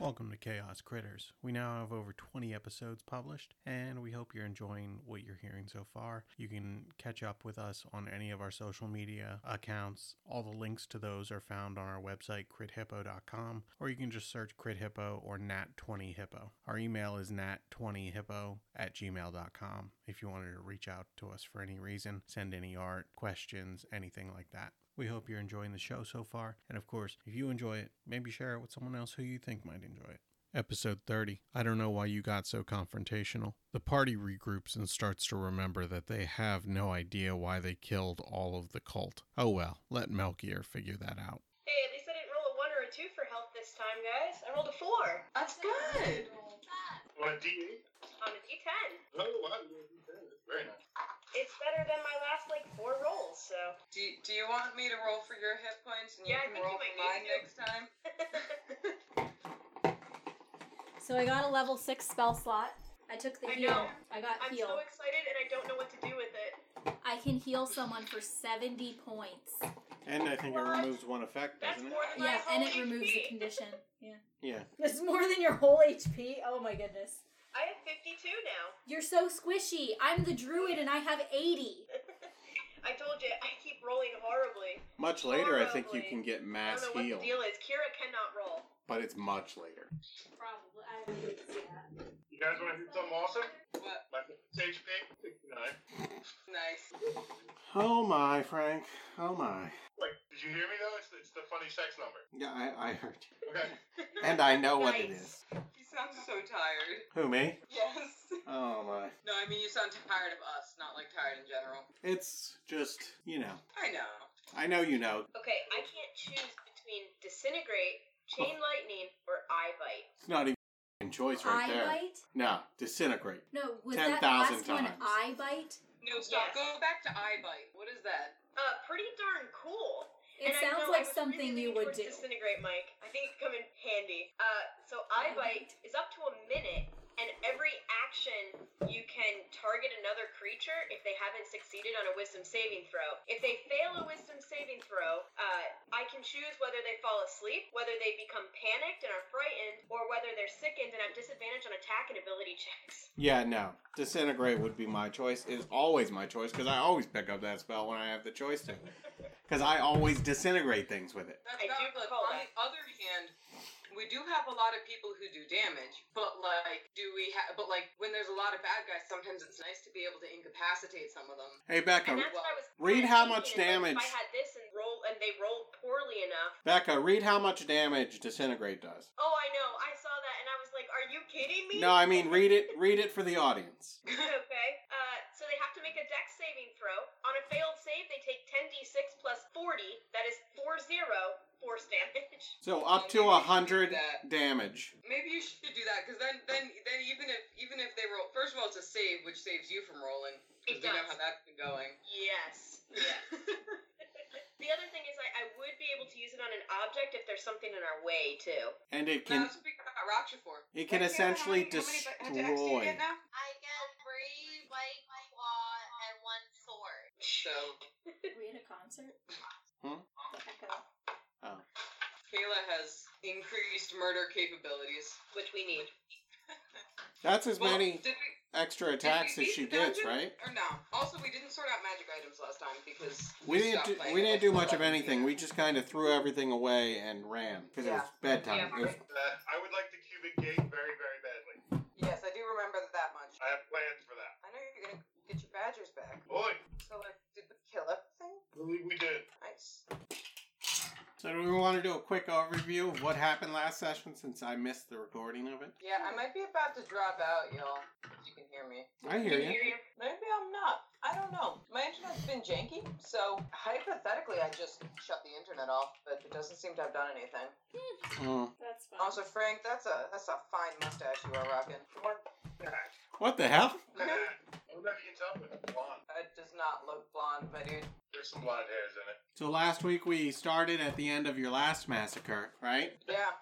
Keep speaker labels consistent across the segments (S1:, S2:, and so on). S1: Welcome to Chaos Critters. We now have over 20 episodes published, and we hope you're enjoying what you're hearing so far. You can catch up with us on any of our social media accounts. All the links to those are found on our website, crithippo.com, or you can just search crithippo or nat20hippo. Our email is nat20hippo at gmail.com if you wanted to reach out to us for any reason, send any art, questions, anything like that. We hope you're enjoying the show so far. And of course, if you enjoy it, maybe share it with someone else who you think might enjoy it. Episode 30. I don't know why you got so confrontational. The party regroups and starts to remember that they have no idea why they killed all of the cult. Oh well, let Melchior figure that out.
S2: Hey, at least I didn't roll a one or a two for health this time, guys. I rolled a four
S3: That's good.
S4: On a D8?
S2: on a d10.
S4: I don't know why you would do that. That's very nice.
S2: It's better than my last like four rolls, so
S3: Do you, do you want me to roll for your hit points and you
S2: Yeah, I think you
S3: can roll
S2: might
S3: for
S2: need
S3: mine
S2: to.
S3: next time?
S5: So I got a level six spell slot. I took the
S2: I
S5: heal.
S2: know.
S5: I got
S2: I'm
S5: heal.
S2: so excited and I don't know what to do with it.
S5: I can heal someone for seventy points.
S1: And I think
S2: it removes
S1: one effect,
S2: That's more than my
S5: yeah,
S2: whole
S5: and it removes the
S2: HP.
S5: condition. Yeah.
S1: Yeah.
S5: That's more than your whole HP. Oh my goodness.
S2: I have 52 now.
S5: You're so squishy. I'm the druid and I have eighty.
S2: I told you, I keep rolling horribly.
S1: Much
S2: later, I think you can
S1: get
S2: I
S1: mass
S2: don't know what the deal is. Kira cannot roll.
S1: but it's much later.
S5: Probably. I would see that.
S4: You guys want to do something awesome?
S3: What?
S4: My stage pick? 69.
S3: Nice.
S1: Oh my, Frank. Oh my.
S4: Wait, did you hear me though? It's, it's the funny sex number.
S1: Yeah, I, I heard you.
S4: Okay.
S1: And I know what it
S2: Nice.
S1: is.
S3: You sound so tired.
S1: Who, me?
S3: Yes.
S1: Oh my.
S3: No, I mean you sound tired of us, not like tired in general.
S1: It's just, you know.
S3: I know.
S1: I know you know.
S2: Okay, I can't choose between disintegrate, chain lightning, or eye bite.
S1: It's not even a choice right
S5: Eye
S1: there.
S5: bite?
S1: No, disintegrate.
S5: No, was
S1: 10,000
S5: that last one
S1: times.
S5: eye bite?
S3: No, stop.
S2: Yes.
S3: Go back to eye bite. What is that?
S2: Uh, pretty darn cool.
S5: It
S2: And I
S5: sounds
S2: know I
S5: like
S2: was
S5: something
S2: really
S5: you
S2: leaning
S5: would
S2: towards
S5: do.
S2: Disintegrate, Mike. I think it's come in handy. Uh, so eye bite is up to a minute, and every action you can target another creature if they haven't succeeded on a Wisdom saving throw. If they fail a Wisdom saving throw, uh, I can choose whether they fall asleep, whether they become panicked and are frightened, or whether they're sickened and have disadvantage on attack and ability checks.
S1: Yeah, no. Disintegrate would be my choice. Is always my choice because I always pick up that spell when I have the choice to. Because I always disintegrate things with it.
S3: That's
S2: I
S3: not
S2: do
S3: like,
S2: recall
S3: on
S2: that.
S3: the other hand, we do have a lot of people who do damage, but like, do we have? But like, when there's a lot of bad guys, sometimes it's nice to be able to incapacitate some of them.
S1: Hey, Becca.
S2: And that's what I was.
S1: Read
S2: kinda
S1: how much
S2: thinking, is, like,
S1: damage-
S2: If I had this and roll, and they rolled poorly enough.
S1: Becca, read how much damage disintegrate does.
S2: Oh, I know. I saw that and I was like, are you kidding me?
S1: No, I mean read it. Read it for the audience.
S2: okay. Uh, so they have to make a dex saving throw. On a failed save, they take 10d6 plus 40. That is 40 force damage.
S1: So up to a hundred damage.
S3: Maybe you should do that because then, then, then even if even if they roll, first of all, it's a save, which saves you from rolling.
S2: It
S3: 'cause We know
S2: does.
S3: how that's been going.
S2: Yes. Yeah. the other thing is, I, I would be able to use it on an object if there's something in our way, too.
S1: And it can
S3: that's what we got Raksha for.
S1: it can
S3: Raksha,
S1: essentially
S3: how many- how many- how many decks do you
S1: destroy.
S3: get now?
S6: I get three white claw and one sword.
S3: So
S5: we at a concert?
S1: Hmm?
S5: Echo.
S1: Oh.
S3: Kayla has increased murder capabilities.
S2: Which we need.
S1: That's as
S3: Well,
S1: many
S3: did we-
S1: extra
S3: did we
S1: attacks as
S3: beat
S1: she
S3: the
S1: gets,
S3: dungeon?
S1: right?
S3: Or no? Also, we didn't sort out magic items last time because
S1: We didn't
S3: stopped
S1: do,
S3: playing
S1: we
S3: it
S1: didn't do
S3: like
S1: much of
S3: 11
S1: anything.
S3: p.m.
S1: We just kind of threw everything away and ran because it was
S3: Yeah.
S1: bedtime.
S2: Yeah.
S1: It was-
S4: Uh, I would like the cubic gate very, very badly.
S3: Yes, I do remember that, that much.
S4: I have plans for that.
S3: I know you're gonna get your badgers back.
S4: Boy,
S3: So like, did we kill everything?
S4: I believe we did.
S3: Nice.
S1: so do we want to do a quick overview of what happened last session since I missed the recording of it?
S3: Yeah, I might be about to drop out, y'all. If you can hear me.
S1: I hear you.
S3: Maybe I'm not. I don't know. My internet's been janky, so hypothetically, I just shut the internet off, but it doesn't seem to have done anything.
S1: Mm.
S5: That's fun.
S3: Also, Frank, that's a that's a fine mustache you are rocking.
S4: Come on. back.
S1: What the hell?
S4: I wonder if you can tell if it's blonde.
S3: It does not look blonde, but it.
S4: There's some blonde hairs in it.
S1: So last week we started at the end of your last massacre, right?
S3: Yeah,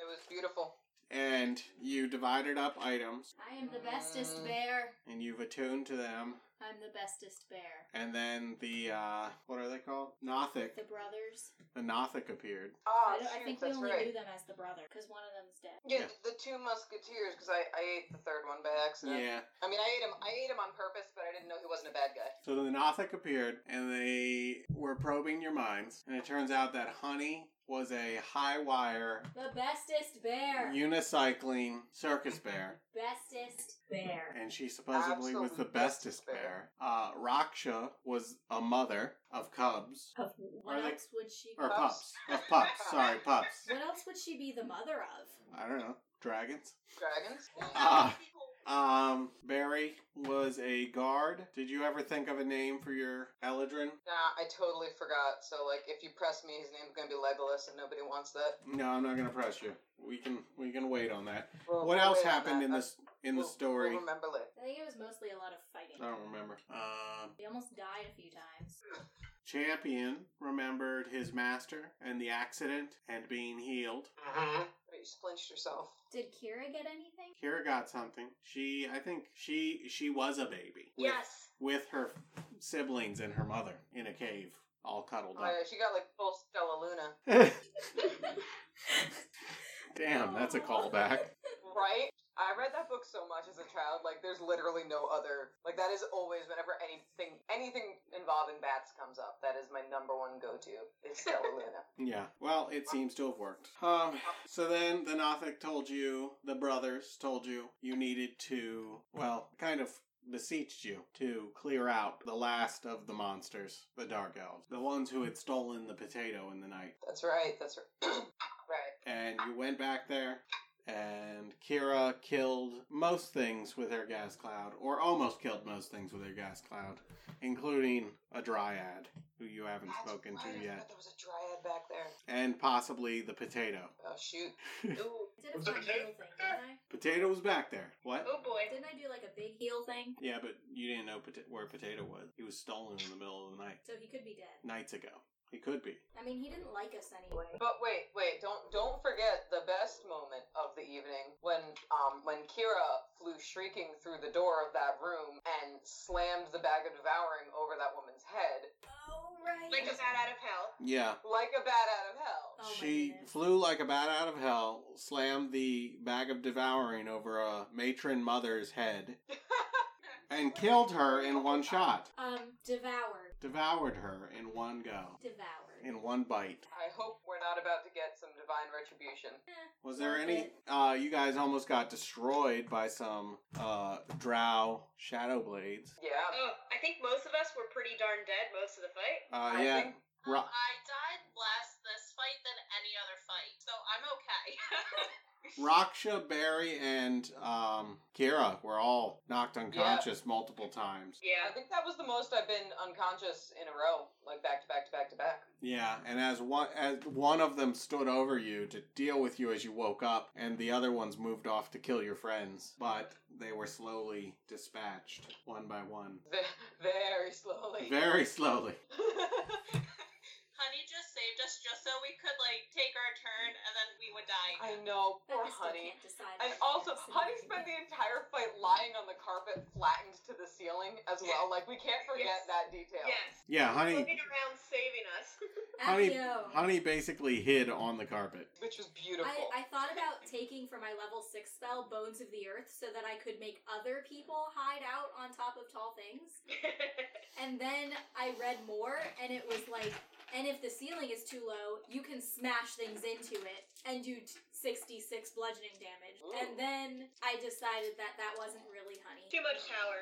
S3: it was beautiful.
S1: And you divided up items
S5: I am the bestest bear.
S1: and you've attuned to them.
S5: I'm the bestest bear.
S1: And then the, uh, what are they called? Nothic.
S5: The brothers.
S1: The Nothic appeared.
S3: Oh,
S5: I, don't, I
S3: shoot,
S5: think we
S3: that's
S5: only
S3: right.
S5: knew them as the brother because one of them's dead.
S3: Yeah,
S1: Yeah.
S3: the two musketeers. Because I, I ate the third one by accident.
S1: Yeah.
S3: I mean, I ate him. I ate him on purpose, but I didn't know he wasn't a bad guy.
S1: So the Nothic appeared and they were probing your minds. And it turns out that Honey was a high wire
S5: The bestest bear.
S1: unicycling circus bear.
S5: bestest bear.
S1: And she supposedly was the
S3: Absolute
S1: bestest
S3: bestest bear.
S1: bear. Uh, Raksha was a mother of cubs.
S5: Of what
S1: Are they-
S5: else would she?
S1: Or pups.
S3: Pups.
S1: Of pups. Sorry, pups.
S5: What else would she be the mother of?
S1: I don't know. Dragons.
S3: Dragons.
S1: Ah. Um, Barry was a guard. Did you ever think of a name for your Eladrin?
S3: Nah, I totally forgot. So like, if you press me, his name's gonna be Legolas, and nobody wants that.
S1: No, I'm not gonna press you. We can we can wait on that.
S3: We'll-
S1: What
S3: we'll
S1: else
S3: wait on
S1: happened
S3: that.
S1: in
S3: Uh,
S1: this in the
S3: we'll-
S1: story?
S3: We'll remember later.
S5: I think it was mostly a lot of fighting.
S1: I don't remember. Um,
S5: He almost died a few times.
S1: Champion remembered his master and the accident and being healed.
S4: Mm-hmm.
S3: But you splinched yourself.
S5: Did Kira get anything?
S1: Kira got something. She, I think she she was a baby. with-
S2: Yes.
S1: with her siblings and her mother in a cave, all cuddled
S3: Oh, yeah, she got like full Stella Luna,
S1: up. Damn, that's a
S5: Aw.
S1: callback.
S3: right? I read that book so much as a child. Like, there's literally no other. Like, that is always whenever anything anything involving bats comes up. That is my number one go-to. Is Stella Luna.
S1: Yeah. Well, it seems to have worked. Um. So then, the Nothic told you, the brothers told you, you needed to, well, kind of beseeched you to clear out the last of the monsters, the Dark Elves, the ones who had stolen the potato in the night.
S3: That's right. That's right. right.
S1: And you went back there. And Kira killed most things with her gas cloud, or almost killed most things with her gas cloud, including a dryad who you haven't
S3: That's
S1: spoken
S3: right, I
S1: to yet,
S3: forgot There was a dryad back there.
S1: and possibly the potato.
S3: Oh shoot.
S2: Ooh.
S5: I did a
S4: Was it
S5: fun
S4: a
S5: heel
S4: cake?
S5: thing, didn't I?
S1: Potato was back there. What?
S2: Oh boy.
S5: Didn't I do like a big heel thing?
S1: Yeah, but you didn't know pota- where Potato was. He was stolen in the middle of the night,
S5: So he could be dead.
S1: nights ago. He could be.
S5: I mean, he didn't like us anyway.
S3: But wait, wait, don't don't forget the best moment of the evening when um when Kira flew shrieking through the door of that room and slammed the bag of devouring over that woman's head
S5: Oh, right.
S2: Like a bat out of hell.
S1: Yeah.
S3: like a bat out of hell.
S5: Oh my
S1: she
S5: goodness.
S1: flew like a bat out of hell, slammed the bag of devouring over a matron mother's head, and killed her in one shot.
S5: Um, devoured.
S1: Devoured her in one go,
S5: Devoured.
S1: in one bite.
S3: I hope we're not about to get some divine retribution.
S1: Was there
S5: Worth
S1: any?
S5: it.
S1: Uh, you guys almost got destroyed by some uh, drow shadow blades.
S3: Yeah.
S2: Oh, I think most of us were pretty darn dead most of the fight.
S1: Uh,
S3: I
S1: yeah.
S3: think
S1: Ro-
S7: Um, I died less this fight than any other fight, so I'm okay.
S1: Raksha, Barry, and um, Kira were all knocked unconscious multiple times.
S3: I
S2: Yeah.
S3: think that was the most I've been unconscious in a row, like back to back to back to back.
S1: Yeah, and as one as one of them stood over you to deal with you as you woke up, and the other ones moved off to kill your friends, but they were slowly dispatched one by one,
S3: Ve- Very slowly.
S1: very slowly.
S7: Honey just saved us just so we could like take our turn, and then we would die.
S3: I know, poor
S5: But I still
S3: honey.
S5: can't decide
S3: And
S5: if I'm
S3: also,
S5: sick.
S3: Honey spent the entire fight lying on the carpet, flattened to the ceiling as well. Like we can't
S2: Yes.
S3: forget that detail.
S2: Yes.
S1: Yeah, honey,
S2: Looking around saving us.
S1: honey,
S5: Accio.
S1: honey basically hid on the carpet.
S3: which was beautiful.
S5: I, I thought about taking from my level six spell Bones of the Earth so that I could make other people hide out on top of tall things. And then I read more, and it was like, and if the ceiling is too low, you can smash things into it and do t- 66 bludgeoning damage.
S3: Ooh.
S5: And then I decided that that wasn't really honey.
S2: Too much power.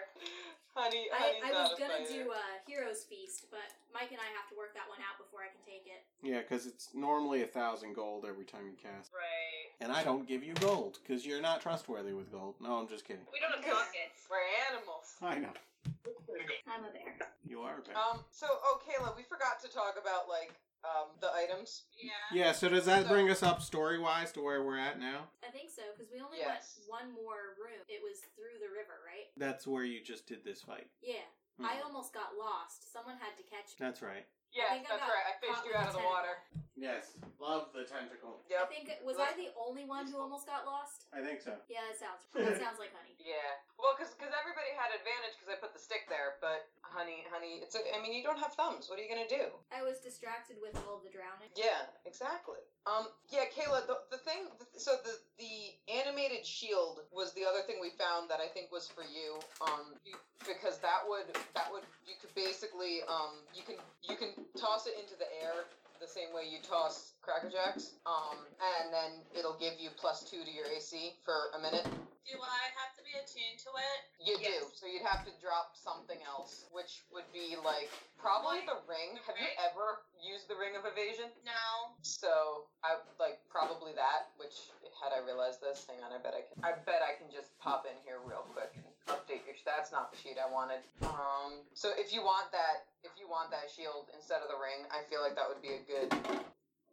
S3: honey, honey's
S5: I, I was
S3: not a
S5: gonna
S3: fighter.
S5: do a Hero's Feast, but Mike and I have to work that one out before I can take it.
S1: Yeah, because it's normally a thousand gold every time you cast,
S2: Right.
S1: and I don't give you gold because you're not trustworthy with gold. No, I'm just kidding.
S2: We don't have pockets.
S3: for animals.
S1: I know
S5: I'm a bear.
S1: you are. Bad.
S3: Um. So, oh, Kayla, we forgot to talk about like um the items.
S7: Yeah.
S1: Yeah, so does that
S3: So-
S1: bring us up story wise to where we're at now?
S5: I think so, because because we only
S3: Yes.
S5: went one more room. It was through the river, right?
S1: That's where you just did this fight. Hmm.
S5: Yeah.
S8: Hmm.
S5: I almost got lost. Someone had to catch me.
S1: That's right.
S3: Yes,
S5: think I
S3: that's
S5: got
S3: right. I fished
S5: caught
S3: you
S5: with
S3: out of
S5: the
S3: the water.
S1: Yes. Love the tentacle.
S5: I
S3: Yep.
S5: think was I the only one who almost got lost?
S1: I think so.
S5: Yeah, that sounds that sounds like honey.
S3: Yeah. Well, because everybody had advantage because I put the stick there. But honey, honey, it's. A, I mean, you don't have thumbs. What are you gonna do?
S5: I was distracted with all the drowning.
S3: Yeah, exactly. Um, yeah, Kayla, the, the thing, so the, the animated shield was the other thing we found that I think was for you, um, you, because that would, that would, you could basically, um, you can, you can toss it into the air the same way you toss Cracker Jacks, um, and then it'll give you plus two to your AC for a minute.
S2: Do I have to be attuned to it?
S3: You do,
S8: Yes.
S3: so you'd have to drop something else, which would be like, probably the ring. Have you ever used the ring of evasion?
S2: No.
S3: So I like probably that. Which had I realized this, hang on, I bet I can. I bet I can just pop in here real quick and update your. That's not the sheet I wanted. Um. So if you want that, if you want that shield instead of the ring, I feel like that would be a good.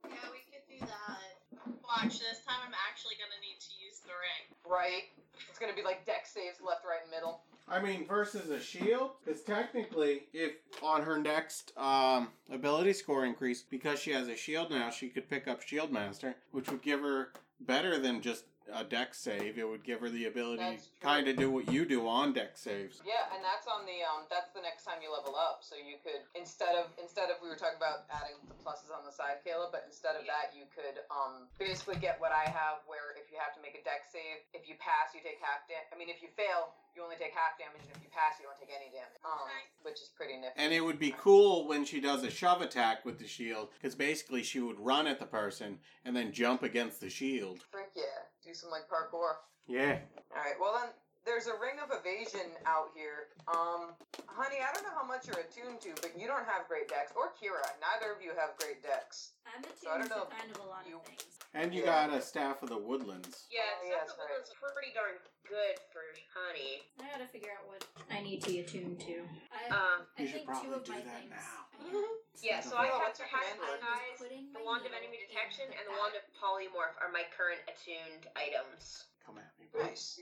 S2: Yeah, we could do that. Watch, this time I'm actually gonna need to use the ring.
S3: Right. It's gonna be like deck saves left, right, and middle.
S1: I mean, versus a shield, because technically, if on her next um, ability score increase, because she has a shield now, she could pick up Shield Master, which would give her better than just a deck save. It would give her the ability
S3: That's
S1: to
S3: true.
S1: kind of do what you do on deck saves.
S3: Yeah, and that's on the um. That's the next time you level up. So you could instead of instead of we were talking about adding the pluses on the side, Kayla, but instead of that, you could um basically get what I have, where if you have to make a deck save, if you pass, you take half damage. I mean, if you fail, you only take half damage, and if you pass, you don't take any damage. Um,
S2: Okay.
S3: which is pretty nifty.
S1: And it would be cool when she does a shove attack with the shield, because basically she would run at the person and then jump against the shield.
S3: Frick yeah, do some like parkour.
S1: Yeah.
S3: All right. Well, then there's a ring of evasion out here. Um, honey, I don't know how much you're attuned to, but you don't have great decks, or Kira. Neither of you have great decks.
S5: I'm attuned
S3: So I don't know
S5: to
S3: if
S5: kind of a lot
S3: you-
S5: of things.
S1: And you
S3: Yeah.
S1: got a Staff of the Woodlands.
S8: Yeah,
S3: Oh,
S8: Seth
S3: yes,
S8: the
S3: right.
S8: Woodland's pretty darn good for honey.
S5: I gotta figure out what I need to attune to. I,
S8: Um,
S5: I
S1: Uh, You should
S5: think two
S1: probably
S5: of
S1: do
S5: my
S1: that
S5: things.
S1: now.
S5: I am.
S8: Mm-hmm. yeah, so I
S3: Oh,
S8: have
S3: what's
S8: the
S3: your
S8: Hazard
S3: command list?
S8: Disguise,
S5: putting
S8: the
S5: my
S8: Wand of
S5: needle
S8: Enemy
S5: in
S8: Detection,
S5: the
S8: and the
S5: bag.
S8: Wand of Polymorph are my current attuned items.
S1: Come at me, bro.
S3: Nice.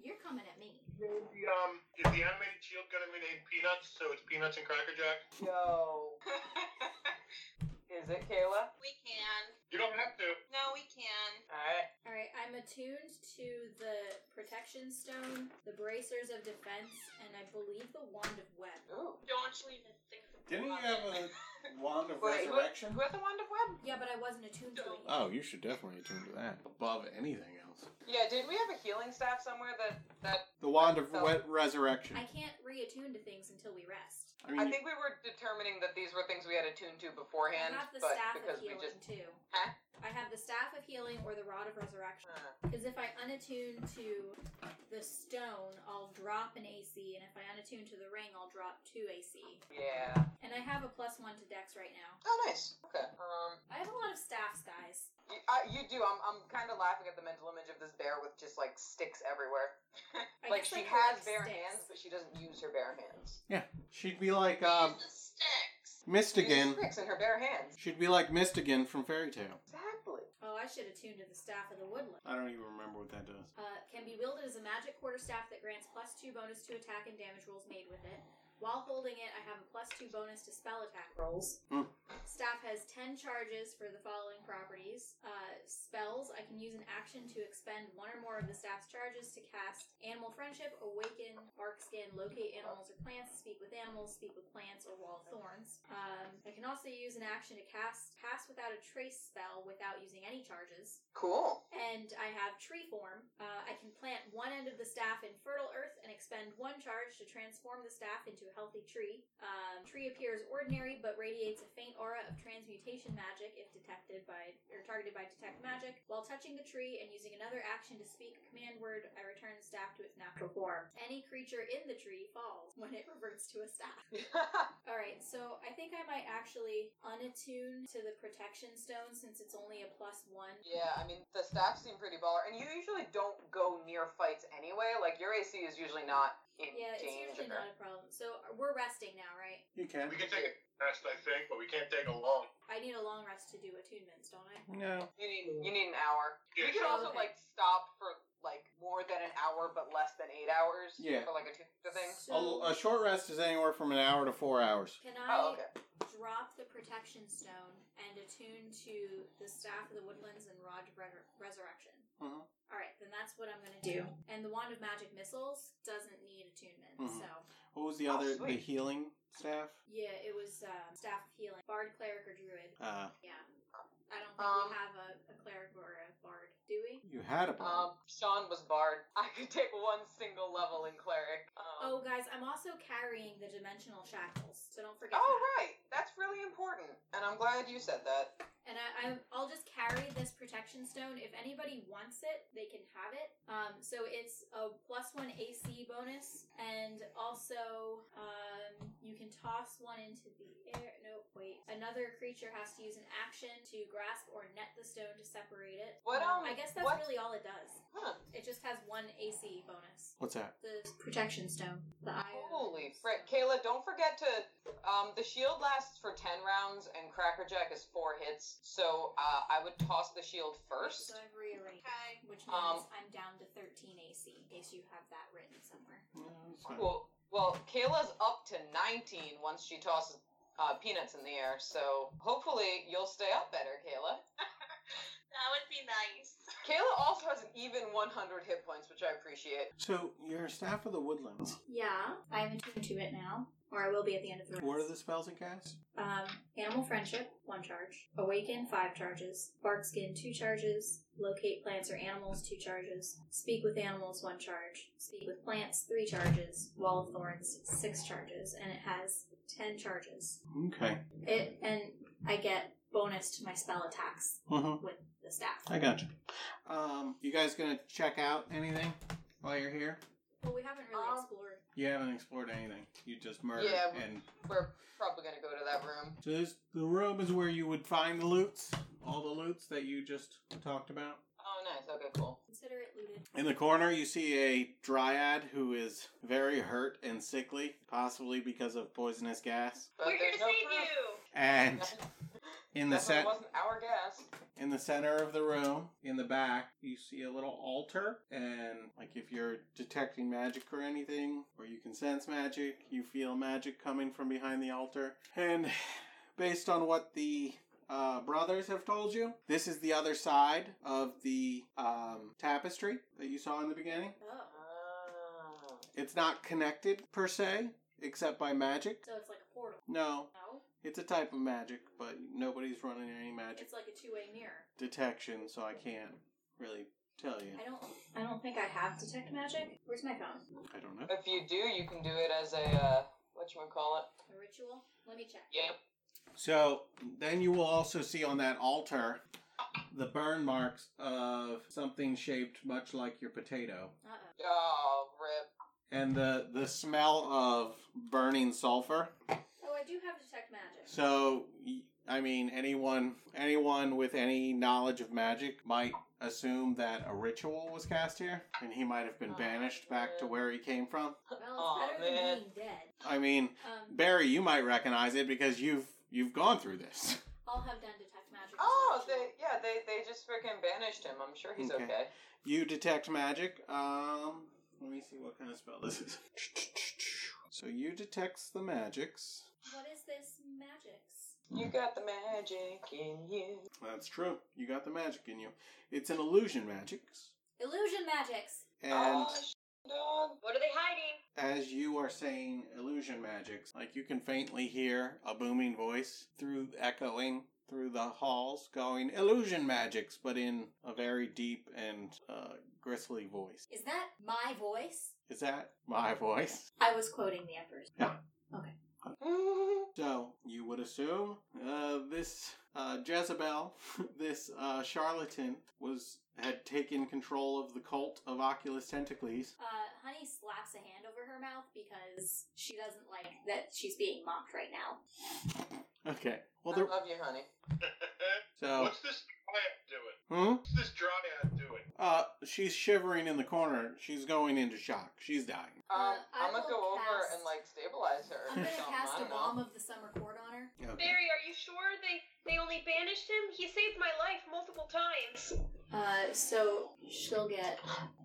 S5: You're coming at me.
S4: Is the, um, is the animated shield gonna be named Peanuts, so it's Peanuts and Cracker Jack?
S3: Yo, is it Kayla?
S2: we can.
S4: You don't have to.
S2: No, we can.
S3: Alright.
S5: All right, I'm attuned to the protection stone, the bracers of defense, and I believe the wand of web.
S3: Ooh.
S2: Don't you even think about
S1: Didn't you
S2: it.
S1: have a wand of
S3: Wait, who-
S1: resurrection?
S3: Who had the wand of web?
S5: Yeah, but I wasn't attuned to it. yet.
S1: Oh, you should definitely attune to that above anything else.
S3: Yeah, did we have a healing staff somewhere that that
S1: The wand of
S3: So-
S1: wet resurrection.
S5: I can't reattune to things until we rest.
S1: I mean,
S3: I think we were determining that these were things we had attuned to beforehand,
S5: I have the
S3: but
S5: staff of
S3: because we
S5: healing
S3: just
S5: too.
S3: Huh?
S5: I have the staff of healing or the rod of resurrection.
S3: uh,
S5: Because if I unattune to the stone, I'll drop an AC, and if I unattune to the ring, I'll drop two AC.
S3: yeah.
S5: And I have a plus one to Dex right now.
S3: Oh, nice. Okay. Um,
S5: I have a lot of staffs, guys.
S3: you, I, you do. I'm I'm kind of laughing at the mental image of this bear with just like sticks everywhere.
S5: I
S3: like
S5: guess
S3: she
S5: I
S3: has
S5: collect
S3: bare
S5: sticks.
S3: hands, but she doesn't use her bare hands.
S1: she'd be like um,
S2: Use the sticks.
S1: Mistigan.
S3: She uses sticks in her bare hands.
S1: She'd be like Mistigan from Fairy Tale.
S3: Exactly.
S5: Oh, I should attune to the staff of the woodland.
S1: I don't even remember what that does.
S5: Uh, can be wielded as a magic quarterstaff that grants plus two bonus to attack and damage rolls made with it. While holding it, I have a plus two bonus to spell attack rolls.
S1: Hmm.
S5: Staff has ten charges for the following properties. Uh, spells, I can use an action to expend one or more of the staff's charges to cast Animal Friendship, Awaken, Bark Skin, Locate Animals or Plants, Speak with Animals, Speak with Plants, or Wall of Thorns. Um, I can also use an action to cast Pass Without a Trace spell without using any charges
S3: Cool.
S5: and I have tree form. Uh, I can plant one end of the staff in fertile earth and expend one charge to transform the staff into a healthy tree. Um, tree appears ordinary but radiates a faint aura of transmutation magic if detected by or targeted by detect magic. While touching the tree and using another action to speak a command word, I return the staff to its natural form. Any creature in the tree falls when it reverts to a staff. All right, so I think I might actually unattune to the protection stone since it's only a plus one
S3: Yeah, I mean the staff seem pretty baller, and you usually don't go near fights anyway. Like your AC is usually not in
S5: Yeah, it's
S3: danger.
S5: usually not a problem. So uh, we're resting now, right?
S1: You can.
S4: We can take a rest, I think, but we can't take a long.
S5: I need a long rest to do attunements, don't I?
S1: No.
S3: You need you need an hour.
S4: Yeah,
S3: You could
S4: sure.
S3: also
S5: Okay.
S3: like stop for like more than an hour, but less than eight hours.
S9: Yeah.
S3: For like a two thing.
S1: Oh,
S5: So
S1: uh,
S9: a, a short rest is anywhere from an hour to four hours.
S5: can I
S3: Oh, okay.
S5: drop the protection stone and attune to the staff of the woodlands and rod of Re- resurrection?
S9: Mhm.
S5: All right, then that's what I'm going to do. And the wand of magic missiles doesn't need attunement,
S1: Mhm.
S5: so
S1: What was the
S3: Oh,
S1: other? The
S3: sweet.
S1: healing staff.
S5: yeah, it was um, staff of healing, bard, cleric, or druid.
S1: Uh,
S5: Yeah, I don't think
S3: Um,
S5: we have a, a cleric or a bard, do we?
S9: You had a problem.
S3: Um, Sean was barred. I could take one single level in cleric. Um,
S5: Oh, guys, I'm also carrying the dimensional shackles, so don't forget.
S3: Oh
S5: that.
S3: right, that's really important, and I'm glad you said that.
S5: And I, I, I'll just carry this protection stone. If anybody wants it, they can have it. Um, so it's a plus one AC bonus, and also um, you can toss one into the air. No, wait. Another creature has to use an action to grasp or net the stone to separate it.
S3: What, um,
S5: I guess that's
S3: what-
S5: really all it does.
S3: Huh.
S5: It just has one AC bonus.
S1: what's that?
S5: The protection stone. The eye of-
S3: Holy frick, Kayla! Don't forget to. Um, the shield lasts for ten rounds, and Crackerjack is four hits. So uh, I would toss the shield first.
S5: So I've rearranged.
S2: Okay.
S5: Which means
S3: Um,
S5: I'm down to 13 AC, in case you have that written somewhere.
S1: No, it's not.
S3: mm, Cool. Well, Kayla's up to 19 once she tosses uh, peanuts in the air, so hopefully you'll stay up better, Kayla.
S2: That would be nice.
S3: Kayla also has an even 100 hit points, which I appreciate.
S1: So your staff of the woodlands.
S5: Yeah, I am attuned to it now, or I will be at the end of the
S1: What are
S5: round.
S1: the spells and casts?
S5: Um, animal friendship, one charge. Awaken, five charges. Bark skin, two charges. Locate plants or animals, two charges. Speak with animals, one charge. Speak with plants, three charges. Wall of thorns, six charges, and it has ten charges.
S1: Okay.
S5: It and I get bonus to my spell attacks
S1: Mm-hmm.
S5: with the staff.
S1: I got you. Um, you guys gonna check out anything while you're here?
S5: Well, we haven't really
S3: Um,
S5: explored.
S1: You haven't explored anything. You just murdered
S3: Yeah, we-
S1: and
S3: We're probably going to go to that room.
S1: so this the room is where you would find the loots, all the loots that you just talked about.
S3: Oh, nice. Okay, cool.
S5: Consider it looted.
S1: In the corner, you see a dryad who is very hurt and sickly, possibly because of poisonous gas.
S3: But
S10: We're here
S3: there's
S10: to
S3: no
S10: save
S3: proof.
S10: you.
S1: And in the
S3: Definitely
S1: set,
S3: wasn't our gas.
S1: in the center of the room, in the back, you see a little altar, and like if you're detecting magic or anything, or you can sense magic, you feel magic coming from behind the altar. And based on what the uh, brothers have told you, this is the other side of the um, tapestry that you saw in the beginning.
S3: uh,
S5: Oh,
S3: Ah.
S1: It's not connected per se, except by magic.
S5: so it's like a portal.
S1: No,
S5: No,
S1: it's a type of magic, but nobody's running any magic
S5: it's like a two-way mirror.
S1: detection, so I can't really tell you.
S5: I don't. I don't think I have detect magic. Where's my phone?
S1: I don't know.
S3: If you do, you can do it as a, uh, whatchamacallit.
S5: A ritual. Let me check.
S3: Yep.
S1: So then you will also see on that altar the burn marks of something shaped much like your potato,
S5: Uh oh.
S3: Oh, rip.
S1: and the the smell of burning sulfur.
S5: Oh, I do have detect magic.
S1: So y- I mean, anyone anyone with any knowledge of magic might assume that a ritual was cast here, and he might have been
S3: Oh,
S1: banished back to
S3: man.
S1: where he came from.
S5: well, it's
S3: Aw,
S5: better
S3: man.
S5: than being dead.
S1: I mean,
S5: Um,
S1: Barry, you might recognize it because you've you've gone through this.
S5: I'll have done detect magic. as a
S3: Oh,
S5: ritual.
S3: they, yeah, they, they just freaking banished him. I'm sure he's
S1: Okay.
S3: okay.
S1: You detect magic. Um, let me see what kind of spell this is. So you detects the magics.
S5: What is this magics?
S3: You got the magic in you.
S1: That's true. You got the magic in you. It's an illusion magics.
S5: Illusion magics.
S1: And
S3: oh, sh- dog.
S10: What are they hiding?
S1: as you are saying illusion magics, like you can faintly hear a booming voice through echoing through the halls going illusion magics, but in a very deep and uh, gristly voice.
S5: Is that my voice?
S1: Is that my voice?
S5: I was quoting the emperor's.
S1: So you would assume uh, this uh, Jezebel, this uh, charlatan, was had taken control of the cult of Oculus Tentacles.
S5: Uh, Honey slaps a hand over her mouth because she doesn't like that she's being mocked right now.
S1: Okay. Well,
S3: I
S1: there,
S3: love you, honey.
S1: so
S4: What's this dryad doing?
S1: hmm?
S4: What's this dryad doing?
S1: Uh, she's shivering in the corner. She's going into shock. She's dying.
S3: Um,
S5: Uh, I
S3: I'm gonna
S5: will
S3: go over
S5: cast-
S3: and like stabilize her.
S5: I'm
S3: or
S5: gonna
S3: something.
S5: cast
S3: I
S5: a
S3: don't know.
S5: bomb of the summer court on her.
S1: Okay.
S2: Barry, are you sure they they only banished him? He saved my life multiple times.
S5: Uh, so she'll get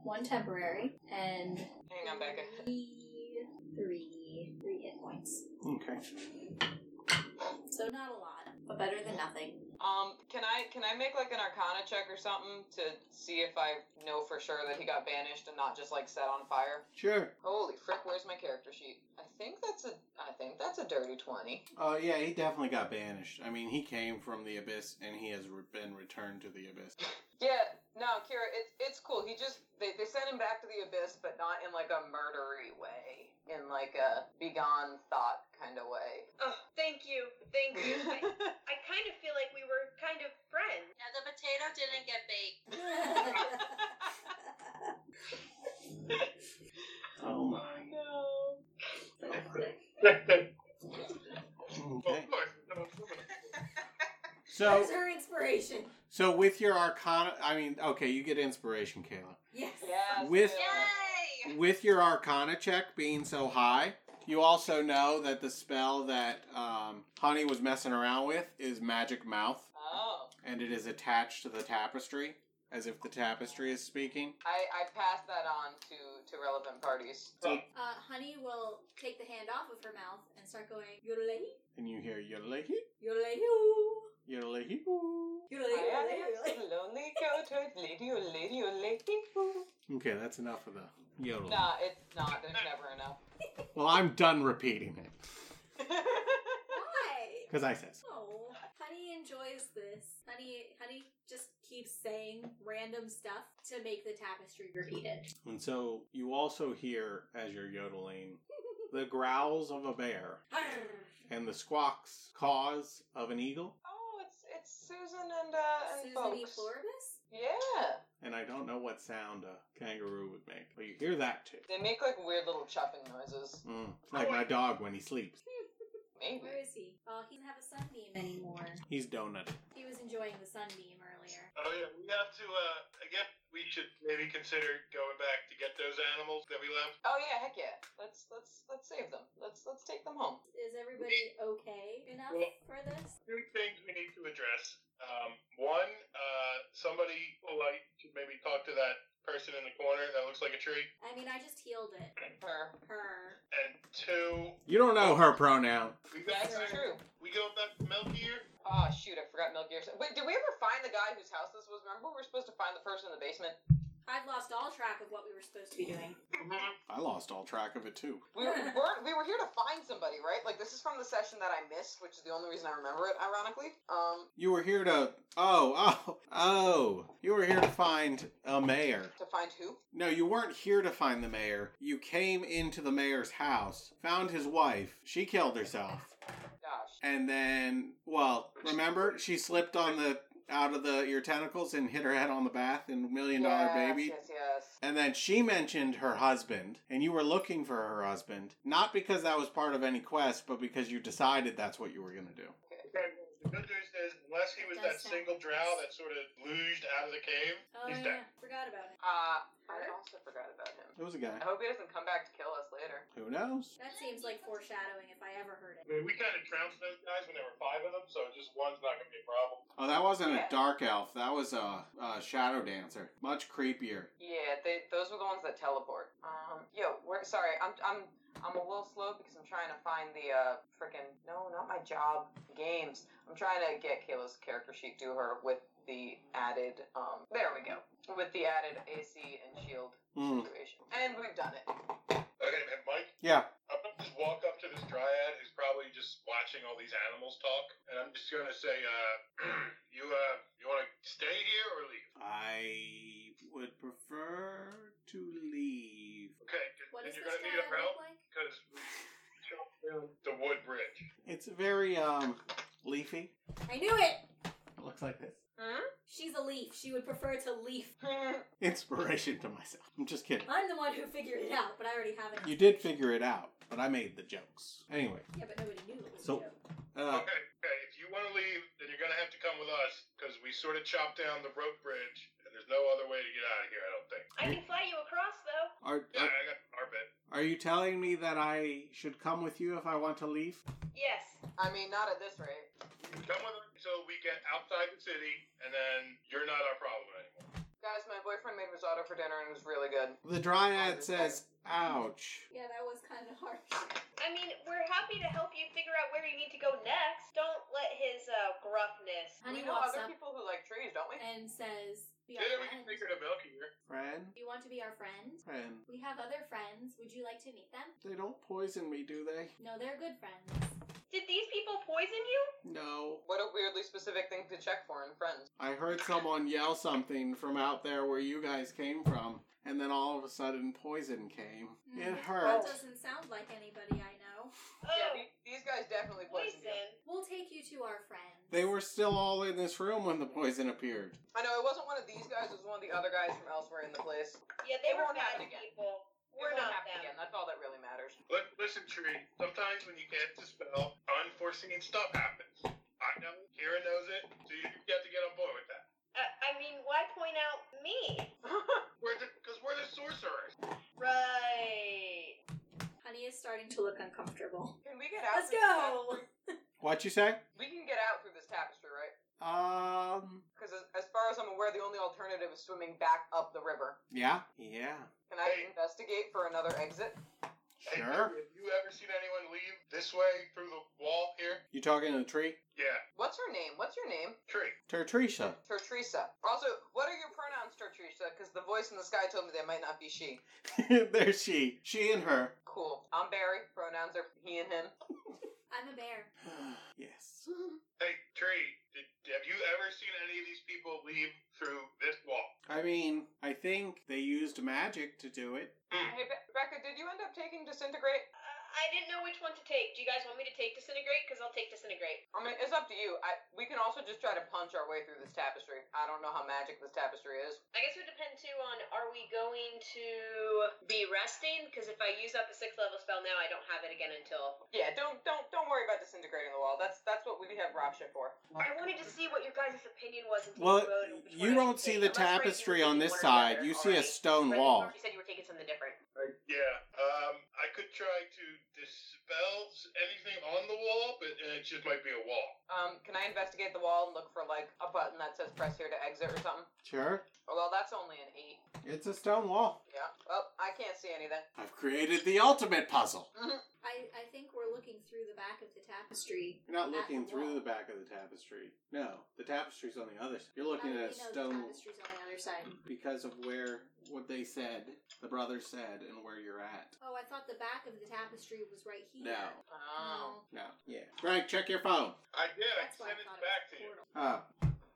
S5: one temporary and
S3: Hang on, Becca.
S5: three, three, three hit points.
S1: Okay.
S5: So not a lot, but better than nothing.
S3: Um, can I can I make like an Arcana check or something to see if I know for sure that he got banished and not just like set on fire?
S1: Sure.
S3: Holy frick! Where's my character sheet? I think that's a I think that's a dirty twenty.
S1: Uh, yeah, he definitely got banished. I mean, he came from the abyss, and he has re- been returned to the abyss.
S3: Yeah, no, Kira, it's it's cool. He just they, they sent him back to the abyss, but not in like a murdery way, in like a begone thought kind of way.
S2: Oh, thank you, thank you. I, I kind of feel like we were kind of friends.
S11: Yeah, the potato didn't get baked.
S1: Oh my.
S4: Well,
S1: Okay.
S4: of course. No, absolutely.
S1: So,
S5: There's her inspiration.
S1: so with your arcana, I mean, okay, you get inspiration, Kayla.
S5: Yes.
S3: yes.
S1: With-
S3: Kira.
S11: Yay!
S1: With your arcana check being so high, you also know that the spell that um, Honey was messing around with is Magic Mouth,
S3: Oh,
S1: and it is attached to the tapestry, as if the tapestry is speaking.
S3: I I passed that on to to relevant parties.
S1: So,
S5: Uh, honey will take the hand off of her mouth and start going yodelay,
S1: and you hear yodelay
S5: yodelay, yoo,
S1: yodelay
S5: yodelay,
S3: I
S5: yodelay,
S3: am
S5: yodelay.
S3: a lonely cowherd, lady, oh lady, oh lady. oh.
S1: Okay, that's enough of the yodeling.
S3: Nah, it's not. There's never enough.
S1: Well, I'm done repeating it
S5: Why?
S1: because I says.
S5: Oh, Honey enjoys this. Honey, Honey just keeps saying random stuff to make the tapestry repeated.
S1: And so you also hear as you're yodeling the growls of a bear and the squawks caws of an eagle.
S3: oh, it's it's Susan and uh and
S5: Susan E.
S3: folks.
S5: Pluribus?
S3: Yeah,
S1: And I don't know what sound a kangaroo would make, but you hear that too.
S3: they make like weird little chopping noises.
S1: Mm, like my dog when he sleeps.
S3: Maybe.
S5: Where is he? Oh, he doesn't have a sunbeam anymore.
S1: He's donut.
S5: He was enjoying the sunbeam earlier.
S4: Oh yeah, we have to. Uh, I guess we should maybe consider going back to get those animals that we left.
S3: Oh yeah, heck yeah. Let's let's let's save them. Let's let's take them home.
S5: Is everybody okay enough for this?
S4: Two things we need to address. Um, one, uh, somebody polite should maybe talk to that person in the corner that looks like a tree.
S5: I mean, I just healed it.
S3: Her.
S5: Her.
S4: And two,
S1: You don't know her pronoun.
S4: we go
S3: That's
S4: back.
S3: true.
S4: We go back to Melkier.
S3: Oh shoot, I forgot Milk Gear. Wait, did we ever find the guy whose house this was? Remember, we were supposed to find the person in the basement.
S5: I've lost all track of what we were supposed to be doing.
S1: I lost all track of it too.
S3: We were, we weren't- we were here to find somebody, right? Like this is from the session that I missed, which is the only reason I remember it. Ironically, um,
S1: You were here to. Oh, oh, oh. You were here to find a mayor.
S3: to find who?
S1: No, you weren't here to find the mayor. You came into the mayor's house, found his wife. She killed herself.
S3: Gosh.
S1: And then, well, remember she slipped on the out of the your tentacles and hit her head on the bath and million dollar
S3: Yes,
S1: baby.
S3: Yes, yes.
S1: And then she mentioned her husband, and you were looking for her husband, not because that was part of any quest, but because you decided that's what you were going to do.
S4: Okay, The good news is, unless he was
S5: Does
S4: that
S5: sound
S4: single
S5: nice.
S4: drow that sort of luged out of the cave,
S5: Oh,
S4: he's
S5: yeah.
S4: dead.
S5: Forgot about it.
S3: Uh, I also forgot about him.
S1: It was a guy.
S3: I hope he doesn't come back to kill us later.
S1: Who knows?
S5: That seems like foreshadowing if I ever heard it.
S4: I mean, we kind of trounced those guys when there were five of them, so just one's not going to be a problem.
S1: Oh, that wasn't a
S3: Yeah.
S1: dark elf. That was a, a shadow dancer. Much creepier.
S3: Yeah, they, those were the ones that teleport. Um, yo, we're sorry. I'm I'm I'm a little slow because I'm trying to find the uh freaking no, not my job games. I'm trying to get Kayla's character sheet to her with the added um. There we go. With the added AC and shield
S1: Mm.
S3: situation, and we've done it.
S4: Okay, and Mike,
S1: Yeah.
S4: I'm going to just walk up to this dryad who's probably just watching all these animals talk, and I'm just going to say, uh, you, uh, you want to stay here or leave?
S1: I would prefer to leave.
S4: Okay,
S5: What
S4: and
S5: does
S4: you're
S5: this
S4: going to
S5: guy
S4: need our help
S5: look like?
S4: because we jumped down the wood bridge.
S1: It's very um leafy.
S5: I knew it!
S1: It looks like this.
S5: She's a leaf. She would prefer to leaf.
S1: Inspiration to myself. I'm just kidding.
S5: I'm the one who figured it out, but I already have it.
S1: You did figure it out, but I made the jokes. Anyway,
S5: Yeah, but nobody knew it was
S1: So-
S5: a
S1: uh,
S5: joke.
S4: okay, okay, if you want to leave, then you're going to have to come with us because we sort of chopped down the rope bridge, and there's no other way to get out of here, I don't think.
S1: Uh.
S2: I can fly you across, though.
S1: Are,
S4: Yeah,
S1: are
S4: I got our bed.
S1: are you telling me that I should come with you if I want to leave?
S2: Yes.
S3: I mean, not at this rate.
S4: Come with us until we get outside the city, and then you're not our problem anymore.
S3: Guys, my boyfriend made risotto for dinner and it was really good.
S1: The dryad says, "Ouch."
S5: Yeah, that was kind of harsh.
S2: I mean, we're happy to help you figure out where you need to go next. Don't let his uh, gruffness.
S5: Honey
S3: we know
S5: walks
S3: other
S5: up
S3: people who like trees, don't we?
S5: and says, "Be our
S4: Yeah, we can
S5: friend.
S4: figure the milk here.
S1: Friend,
S5: You want to be our friend?
S1: friend.
S5: We have other friends. Would you like to meet them?
S1: They don't poison me, do they?
S5: No, they're good friends.
S2: Did these people poison you?
S1: No.
S3: What a weirdly specific thing to check for in friends.
S1: I heard someone yell something from out there where you guys came from, and then all of a sudden poison came. It
S5: Mm.
S1: hurt.
S5: That doesn't sound like anybody I know.
S3: Yeah,
S2: Oh,
S3: the- these guys definitely poison. you.
S2: poison.
S5: We'll take you to our friends.
S1: They were still all in this room when the poison appeared.
S3: I know it wasn't one of these guys; it was one of the other guys from elsewhere in the place.
S2: Yeah, they
S3: It
S2: were
S3: won't
S2: bad
S3: happen again.
S2: people.
S3: It
S2: We're
S3: won't
S2: not
S3: happen
S2: them.
S3: again. That's all that really matters.
S4: Look, listen, Tree. Sometimes when you can't dispel, unforeseen stuff happens. I know. Kira knows it. So you have to get on board with that.
S2: Uh, I mean, why point out me?
S4: We're the, cause we're the sorcerers.
S2: Right.
S5: Honey is starting to look uncomfortable.
S3: Can we get out?
S5: Let's
S3: through this
S5: go.
S1: What you say?
S3: tap- We can get out through this tapestry, right?
S1: Um.
S3: Because as, as far as I'm aware, the only alternative is swimming back up the river.
S1: Yeah. Yeah.
S3: Can I
S4: Hey.
S3: investigate for another exit?
S4: Hey,
S1: Sure.
S4: Have you ever seen anyone leave this way through the wall here?
S1: You talking to the tree?
S4: Yeah.
S3: What's her name? What's your name?
S4: Tree.
S1: Tertrisha.
S3: Tertresa. Also, what are your pronouns, Tertresa? Because the voice in the sky told me they might not be she.
S1: There's she. She and her.
S3: Cool. I'm Barry. Pronouns are he and him.
S5: I'm a bear.
S1: yes.
S4: Hey, Tree. Did, have you ever seen any of these people leave through this wall?
S1: I mean, I think they used magic to do it.
S3: Hey, Be- Becca, did you end up taking disintegrate?
S2: Uh, I didn't know which one to take. Do you guys want me to take disintegrate? Because I'll take disintegrate.
S3: I mean, it's up to you. I, we can also just try to punch our way through this tapestry. I don't know how magic this tapestry is.
S2: I guess it would depend too on are we going to be resting? Because if I use up a sixth level spell now, I don't have it again until.
S3: Yeah, don't don't don't worry about disintegrating the wall. That's that's what we have Robship for.
S2: I wanted to see what your guys' opinion was. until
S1: Well,
S2: you voted on which one
S1: you
S2: I
S1: don't see
S2: should
S1: the
S2: take. Unless, Frank, you
S1: tapestry
S2: were
S1: on
S2: taking
S1: this
S2: one or the
S1: side.
S2: other.
S1: You see a
S2: Alright.
S1: stone
S2: Frank, you
S1: wall.
S2: already said you were taking something different.
S4: Yeah. Um, I could try to dispel s- anything on the wall, but uh, it just might be a wall.
S3: Um, can I investigate the wall and look for like a button that says press here to exit or something?
S1: Sure.
S3: Oh, well, that's only an eight.
S1: It's a stone wall.
S3: Yeah. Well, I can't see anything.
S1: I've created the ultimate puzzle.
S5: I, I think we're looking through the back of the tapestry.
S1: You're not
S5: At
S1: looking
S5: the
S1: through
S5: wall.
S1: the back of the tapestry. No, the tapestry's on the other side. You're looking at a
S5: How do we know
S1: stone
S5: The tapestry's on the other side.
S1: because of where what they said, the brothers said, and where you're at.
S5: Oh, I thought the back of the tapestry was right here.
S1: No.
S3: Oh.
S1: No. Yeah. Greg, check your phone.
S4: I did.
S5: That's why
S4: I
S5: I
S4: sent it
S5: thought
S4: back
S5: it was
S4: to
S5: a
S4: you.
S5: portal.
S1: Uh,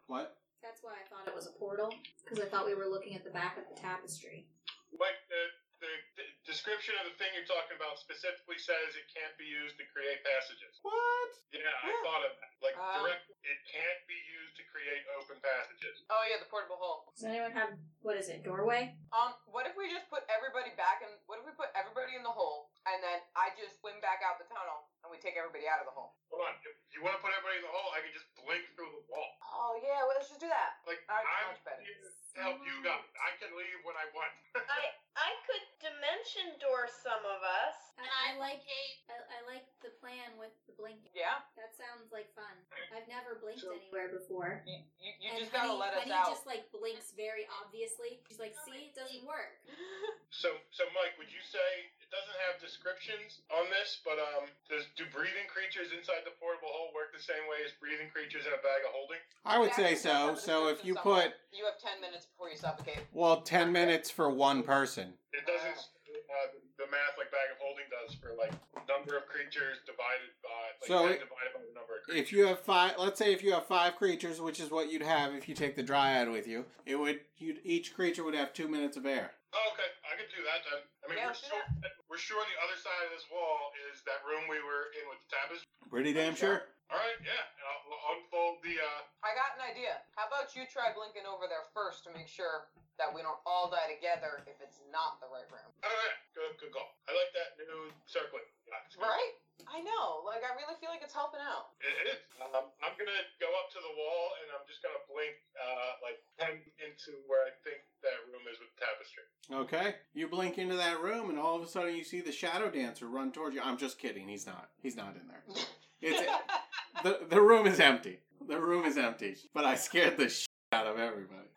S1: what?
S5: That's why I thought it was a portal because I thought we were looking at the back of the tapestry.
S4: Like the, the, the description of the thing you're talking about specifically says it can't be used to create passages.
S1: What?
S4: Yeah, I thought of that. Like
S3: Um.
S4: direct, it can't be used to create open passages.
S3: Oh yeah, the portable hole.
S5: Does anyone have what is it? Doorway?
S3: Um, what if we just put everybody back in? What if we put everybody in the hole and then I just swim back out the tunnel and we take everybody out of the hole?
S4: Hold on, if you want to put everybody in the hole, I can just blink through the wall.
S3: Oh yeah, well, let's just do that.
S4: Like
S3: Alright,
S4: I'm
S3: much better.
S4: here to help you guys. I can leave when I want.
S2: I I could dimension door some of us.
S5: And I like
S6: Kate.
S5: I, I like the plan with the blinking.
S3: Yeah.
S5: That sounds like fun. I've never blinked anywhere before.
S3: You, you, you
S5: and
S3: just gotta
S5: honey,
S3: let us
S5: honey
S3: out.
S5: just like blinks very obviously. She's like, "See, it doesn't work."
S4: So, so Mike, would you say it doesn't have descriptions on this, but um, does do breathing creatures inside the portable hole work the same way as breathing creatures in a bag of holding?
S1: I would say
S3: Actually,
S1: so.
S3: that's a
S1: So if
S3: description
S1: you
S3: somewhere.
S1: put
S3: you have ten minutes before you suffocate.
S1: well, ten minutes for one person.
S4: It doesn't uh, the math like bag of holding does for like number of creatures divided by like
S1: So
S4: that
S1: it-
S4: divided by the number of creatures.
S1: If you have five, let's say if you have five creatures, which is what you'd have if you take the dryad with you, it would you each creature would have two minutes of air.
S4: Oh, okay, I can do that then. I mean,
S3: Yeah,
S4: we're
S3: let's do
S4: sure we're sure the other side of this wall is that room we were in with the tapestry.
S1: Pretty damn sure.
S4: All right, yeah, and I'll, I'll unfold the. uh
S3: I got an idea. How about you try blinking over there first to make sure that we don't all die together if it's not the right room.
S4: All right, good, good call. I like that new circlet. Yeah, it's good.
S3: Right? I know. Like I really feel like it's helping out.
S4: It is. Um, I'm gonna go up to the wall and I'm just gonna blink, uh, like ten into where I think
S1: Okay. You blink into that room, and all of a sudden you see the shadow dancer run towards you. I'm just kidding. He's not. He's not in there. It's the the room is empty. The room is empty. But I scared the shit out of everybody.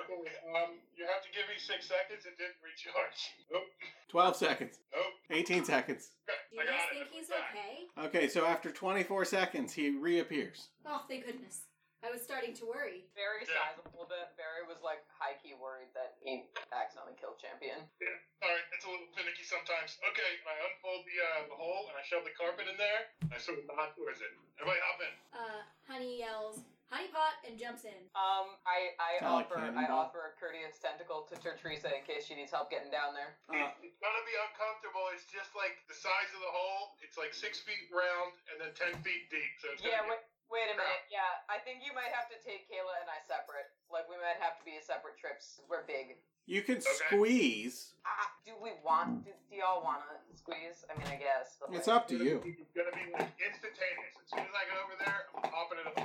S4: Okay, um, you have to give me six seconds. It didn't recharge. Nope.
S1: Twelve seconds.
S4: Nope.
S1: 18 seconds.
S4: Okay,
S5: Do
S4: I
S5: you guys
S4: got
S5: think
S4: it.
S5: he's
S4: I'm back.
S5: okay?
S1: Okay, so after 24 seconds, he reappears.
S5: Oh, thank goodness. I was starting to worry.
S3: Barry
S4: Yeah.
S3: sighs a little bit. Barry was like high key worried that he accidentally killed Champion.
S4: All right, it's a little finicky sometimes. Okay, I unfold the uh, the hole and I shove the carpet in there. I sort of nod towards it. Everybody hop in.
S5: Uh, Honey yells, Honey Pot, and jumps in.
S3: Um, I
S1: Kinda like
S3: I offer I
S1: Cannonball.
S3: offer a courteous tentacle to Teresa in case she needs help getting down there.
S1: Uh,
S4: It's gonna be uncomfortable. It's just like the size of the hole. It's like six feet round and then ten feet deep. So it's
S3: Yeah,
S4: gonna
S3: wait, wait a minute. Yeah, I think you might have to take Kayla and I separate. Like we might have to be a separate trips. We're big.
S1: you can
S4: Okay.
S1: squeeze.
S3: Ah, do we want? Do, do y'all want to squeeze? I mean, I guess. but,
S1: It's
S3: like-
S1: up to you.
S4: be, it's gonna be like instantaneous. As soon as I get over there, I'm popping it up.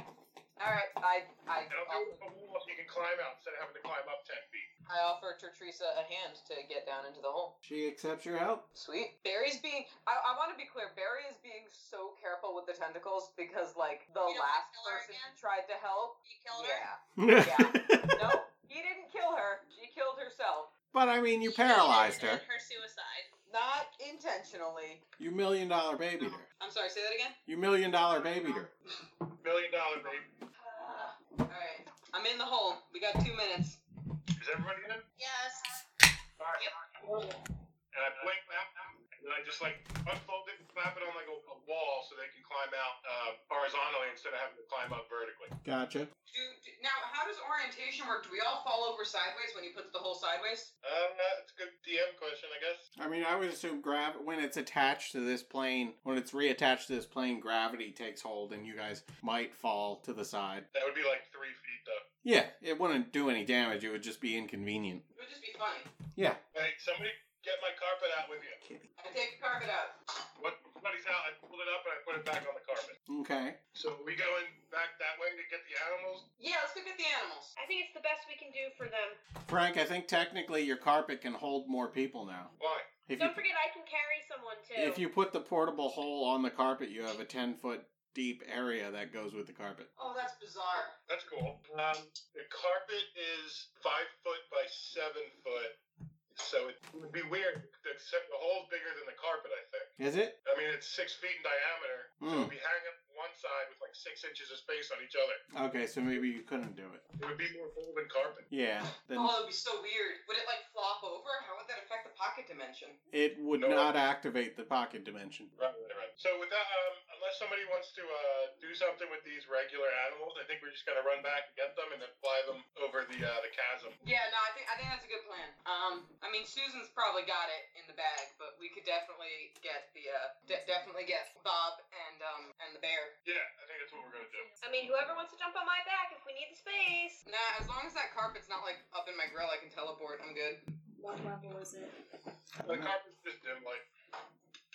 S3: All right, I I
S4: And I'll do
S3: offer,
S4: a wall so you can climb out instead of having to climb up ten feet.
S3: I offer Teresa a hand to get down into the hole.
S1: She accepts your help.
S3: Sweet. Barry's being. I, I want to be clear. Barry is being so careful with the tentacles because, like, the
S6: You don't wanna
S3: last
S6: kill her
S3: person who
S6: again?
S3: tried to help.
S6: You killed her?
S3: yeah. no, he didn't kill her. She killed herself.
S1: But I mean, you
S6: She
S1: paralyzed her.
S6: aided in Her suicide.
S3: Not intentionally.
S1: You million dollar babied her.
S3: I'm sorry. Say that again.
S1: You million dollar babied her.
S4: Million dollar baby.
S3: all right. I'm in the hole. We got two minutes.
S4: Is everybody in?
S6: Yes.
S4: Alright. And I blink out, and then I just like unfold it, clap it on like a, a wall so they can climb out uh, horizontally instead of having to climb up vertically.
S1: Gotcha.
S3: Do, do, now, how does orientation work? Do we all fall over sideways when he puts the hole sideways?
S4: Uh, that's a good DM question, I guess.
S1: I mean, I would assume grav when it's attached to this plane, when it's reattached to this plane, gravity takes hold, and you guys might fall to the side.
S4: That would be like three feet though.
S1: Yeah, it wouldn't do any damage. It would just be inconvenient.
S3: It would just be funny.
S1: Yeah.
S4: Hey, somebody get my carpet out with you.
S3: I take the carpet out.
S4: What? Somebody's out. I pulled it up and I put it back on the carpet.
S1: Okay.
S4: So we going back that way to get the animals.
S3: Yeah, let's go get the animals.
S2: I think it's the best we can do for them.
S1: Frank, I think technically your carpet can hold more people now.
S4: Why?
S1: If you
S2: Don't forget, I can carry someone too.
S1: if you put the portable hole on the carpet, you have a ten foot deep area that goes with the carpet.
S3: Oh, that's bizarre.
S4: That's cool. Um, the carpet is five foot by seven foot, so it would be weird. The, the hole's bigger than the carpet, I think.
S1: Is it?
S4: I mean, it's six feet in diameter, so
S1: Hmm.
S4: it'd be hanging up one side with like six inches of space on each other.
S1: Okay, so maybe you couldn't do it.
S4: It would be more full than carpet.
S1: Yeah. Then
S3: Oh, that would be so weird. Would it like flop over? How would that affect the pocket dimension?
S1: it would
S4: No.
S1: not activate the pocket dimension.
S4: Right, right, right. So with that, um, unless somebody wants to uh, do something with these regular animals, I think we're just gonna run back and get them and then fly them over the uh, the chasm.
S3: Yeah, no, I think I think that's a good plan. Um, I mean, Susan's probably got it in the bag, but we could definitely get the uh, de- definitely get Bob and um and the bear.
S4: Yeah, I think that's what we're gonna do.
S2: I mean, whoever wants to jump on my back if we need the space.
S3: Nah, as long as that carpet's not like up in my grill, I can teleport. I'm good.
S5: What level is it?
S4: The carpet's just dim light.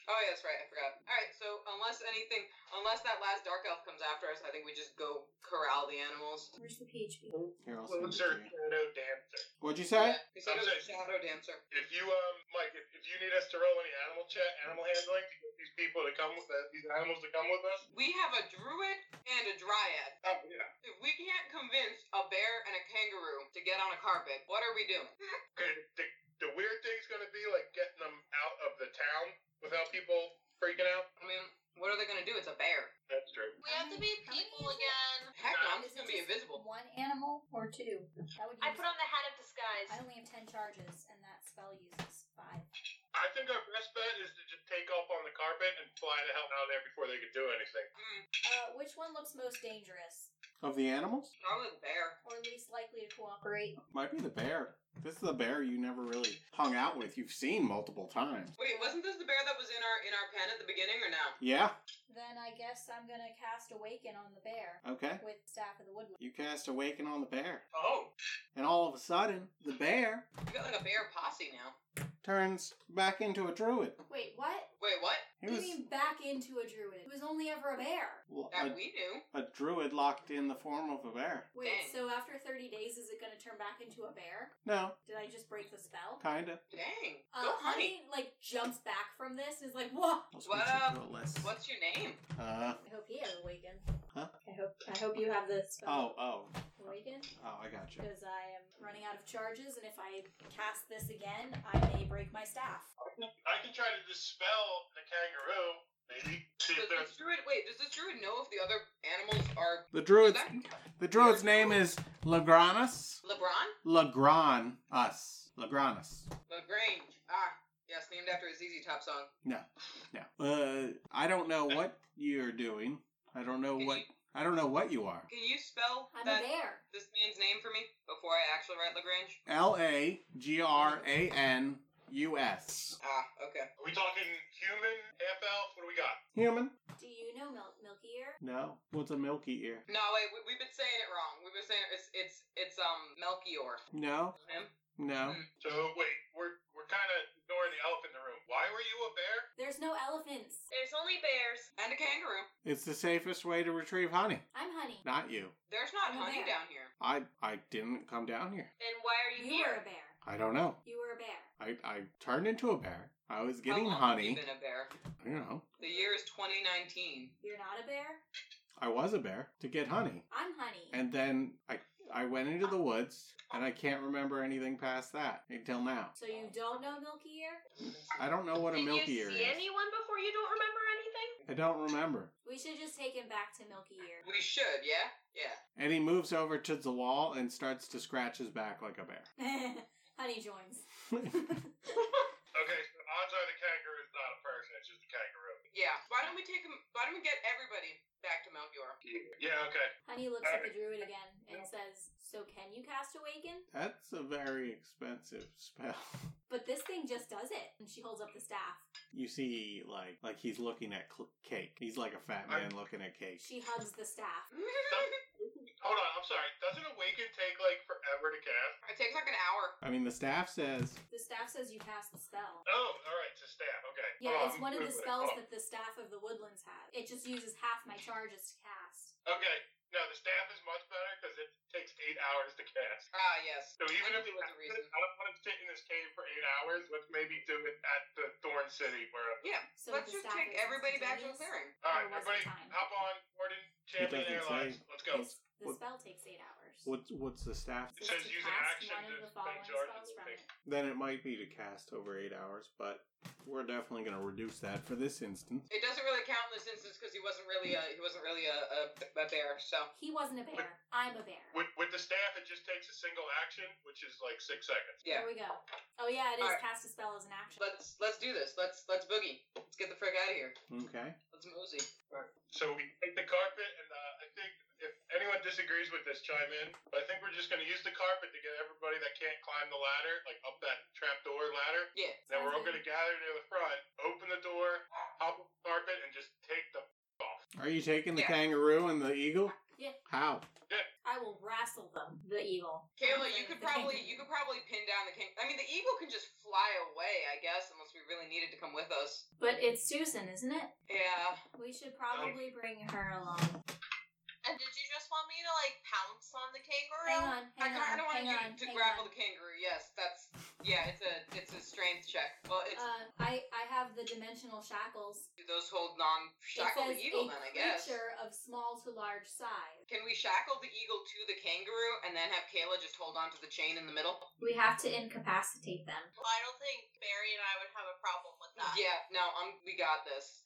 S3: Oh yeah, that's right. I forgot. All right, so unless anything, unless that last dark elf comes after us, I think we just go corral the animals.
S5: Where's the PHP?
S1: Here, I'll send it to
S4: Closer
S1: you.
S4: shadow dancer.
S1: What'd you say?
S3: Yeah, we said it was a shadow dancer.
S4: If you, um, Mike, if, if you need us to roll any animal chat, animal handling to get these people to come with uh, these animals to come with us,
S3: We have a druid and a dryad.
S4: oh yeah.
S3: If we can't convince a bear and a kangaroo to get on a carpet, what are we doing?
S4: Okay, the, the weird thing's gonna be like getting them out of the town without people freaking out.
S3: I mean, what are they gonna do? It's a bear.
S4: That's true.
S6: We have to be people again.
S3: Heck no, I'm just gonna be invisible.
S5: One animal or two? That would
S2: I put on the hat of disguise.
S5: I only have ten charges, and that spell uses five.
S4: I think our best bet is to just take off on the carpet and fly the hell out of there before they could do anything.
S3: Mm,
S5: Uh, which one looks most dangerous
S1: Of the animals?
S3: Probably the bear.
S5: or least likely to cooperate?
S1: Might be the bear. This is the bear you never really hung out with. You've seen multiple times.
S3: Wait, wasn't this the bear that was in our in our pen at the beginning or no?
S1: Yeah?
S5: Then I guess I'm gonna cast Awaken on the bear
S1: Okay.
S5: with Staff of the Woodland.
S1: You cast Awaken on the bear.
S3: Oh,
S1: And all of a sudden, the bear
S3: we got like a bear posse now.
S1: turns back into a druid.
S5: Wait, what?
S3: Wait, what?
S1: He
S5: you
S1: was
S5: mean back into a druid? He was only ever a bear.
S1: l-
S3: That we knew.
S1: a, a druid locked in the form of a bear.
S5: Wait,
S3: Dang.
S5: so after 30 days, is it going to turn back into a bear?
S1: No,
S5: Did I just break the spell?
S1: kinda.
S3: Dang.
S5: Uh,
S3: Go, honey.
S5: honey, like, jumps back from this and is like, whoa!
S12: I'll switch
S3: Wow.
S12: it to a list.
S3: What's your name?
S1: Uh,
S5: I hope he has awaken.
S1: Huh?
S5: I hope, I hope you have the
S1: oh,
S5: spell
S1: oh,
S5: awaken.
S1: oh, I got you.
S5: Because I am running out of charges, and if I cast this again, I may break my staff.
S4: I can try to dispel the kangaroo, maybe. See if
S3: Does
S4: there's
S3: this druid wait? Does this druid know if the other animals are?
S1: The
S3: Is
S1: druid's
S3: that
S1: the druid's name is Lagranus.
S3: LeBron?
S1: Lagran us. Lagranus.
S3: Lagrange. Ah, yes, named after a ZZ Top song.
S1: No. Uh, I don't know what you're doing. I don't know
S3: Can
S1: Oh, what
S3: you-
S1: I don't know what you are.
S3: Can you spell
S5: I'm
S3: that
S5: a bear.
S3: this man's name for me before I actually write Lagrange?
S1: L A G R A N U S.
S3: Ah, okay.
S4: Are we talking human, half elf? What do we got?
S1: Human?
S5: Do you know Mil- Milky Ear?
S1: No. What's a milky ear?
S3: No, wait. We, we've been saying it wrong. We've been saying it- it's it's it's um Melchior.
S1: No.
S3: Him?
S1: No.
S4: So wait, we're we're kind of ignoring the elf in the room. Why were you a bear?
S5: There's no elephants.
S2: There's only bears.
S3: And a kangaroo.
S1: It's the safest way to retrieve honey.
S5: I'm honey.
S1: Not you.
S3: There's not
S5: I'm a
S3: honey
S5: bear.
S3: down here.
S1: I I didn't come down here.
S2: Then why are you,
S5: You were
S2: here?
S5: a bear.
S1: I don't know.
S5: You were a bear.
S1: I, I turned into a bear. I was
S3: How
S1: getting
S3: long
S1: honey.
S3: Have you been a bear.
S1: You know,
S3: The year is 2019.
S5: You're not a bear?
S1: I was a bear to get honey.
S5: I'm honey.
S1: And then I I went into the woods and I can't remember anything past that until now.
S5: so you don't know Milky Ear?
S1: I don't know what a
S2: Did
S1: milky
S2: you
S1: ear
S2: see
S1: is.
S2: anyone before you don't remember anything?
S1: I don't remember.
S5: We should just take him back to Milky Ear.
S3: We should, yeah, yeah.
S1: And he moves over to the wall and starts to scratch his back like a bear.
S5: honey joins.
S4: Okay, so odds are the kangaroo is not a person. It's just a kangaroo.
S3: Yeah. Why don't we take him? Why don't we get everybody back to Melchior?
S4: Yeah. Okay.
S5: honey looks at the druid again and says, So can you cast Awaken?
S1: That's a very expensive spell.
S5: But this thing just does it. And she holds up the staff.
S1: You see, like, like he's looking at cl- cake. He's like a fat man looking at cake.
S5: She hugs the staff.
S4: Hold on. I'm sorry. Doesn't awaken take like forever to cast?
S3: it takes like an hour.
S1: I mean, the staff says
S5: The staff says you cast the spell.
S4: Oh, all right. It's a staff. Okay.
S5: Yeah,
S4: Hold
S3: Oh,
S5: it's
S4: on,
S5: one of the
S4: hold
S5: spells
S4: on.
S5: that the staff of the woodlands has. It just uses half my charges to cast.
S4: Okay. No, the staff is much better because it takes eight hours to cast.
S3: Ah, yes.
S4: So even
S3: I
S4: if
S3: knew there was a
S4: I
S3: reason.
S4: don't want to sit in this cave for eight hours, let's maybe do it at the Thorn City. Where
S3: Yeah.
S5: So
S3: Let's
S5: the
S3: just
S5: staff
S3: take
S5: is
S3: everybody back to a
S5: instantaneous.
S3: clearing.
S4: all right,
S5: There wasn't
S4: everybody,
S5: time.
S4: hop on, Gordon, Champion
S1: doesn't
S4: Airlines.
S1: say.
S4: Let's go.
S5: It's- The
S1: What-
S5: spell takes eight hours.
S1: What's what's the staff?
S4: It
S5: to
S4: says use an
S5: cast
S4: action
S5: one
S4: to
S5: of the
S4: spend
S5: following spells
S4: charges to
S5: from
S4: take-
S5: it.
S1: Then it might be to cast over eight hours, but we're definitely going to reduce that for this instance.
S3: It doesn't really count in this instance because he wasn't really a he wasn't really a, a, a bear. So
S5: He wasn't a bear. I'm a bear.
S4: With, with the staff, it just takes a single action, which is like six seconds.
S3: yeah.
S5: There we go. Oh yeah, it is
S3: Alright.
S5: cast a spell as an action.
S3: let's let's do this. Let's let's boogie. Let's get the frick out of here.
S1: Okay.
S3: Let's mosey.
S4: So we take the carpet, and uh, I think if anyone disagrees with this, chime in. But I think we're just going to use the carpet to get everybody that can't climb the ladder, like up that trapdoor ladder.
S3: Yeah.
S4: Then we're all
S5: Sounds
S4: going to gather to the front, open the door, hop on the carpet, and just take the f- off.
S1: Are you taking the
S3: Yeah.
S1: kangaroo and the eagle?
S5: Yeah.
S1: How?
S5: I will wrestle them, the evil.
S3: Kayla,
S5: I'm
S3: you could
S5: the thing.
S3: probably you could probably pin down the king. I mean, the eagle can just fly away, I guess, unless we really needed to come with us.
S5: But it's Susan, isn't it?
S3: Yeah.
S5: We
S4: Oh.
S5: should probably bring her along.
S6: And did you just want me to like pounce on the
S5: Hang
S6: kangaroo?
S5: on,
S3: I
S5: hang
S3: kind
S5: on,
S3: of want
S5: hang
S3: you
S5: on,
S3: to
S5: hang
S3: grapple
S5: on.
S3: the kangaroo. Yes, that's yeah. It's a it's a strength check. Well, it's
S5: Uh, I I have the dimensional shackles.
S3: those hold non shackle
S5: it
S3: the
S5: says
S3: eagle.
S5: a
S3: Then I guess.
S5: creature of small to large size.
S3: Can we shackle the eagle to the kangaroo and then have Kayla just hold on to the chain in the middle?
S5: We have to incapacitate them.
S6: Well, I don't think Barry and I would have a problem with that.
S3: Yeah, no, I'm, we got this.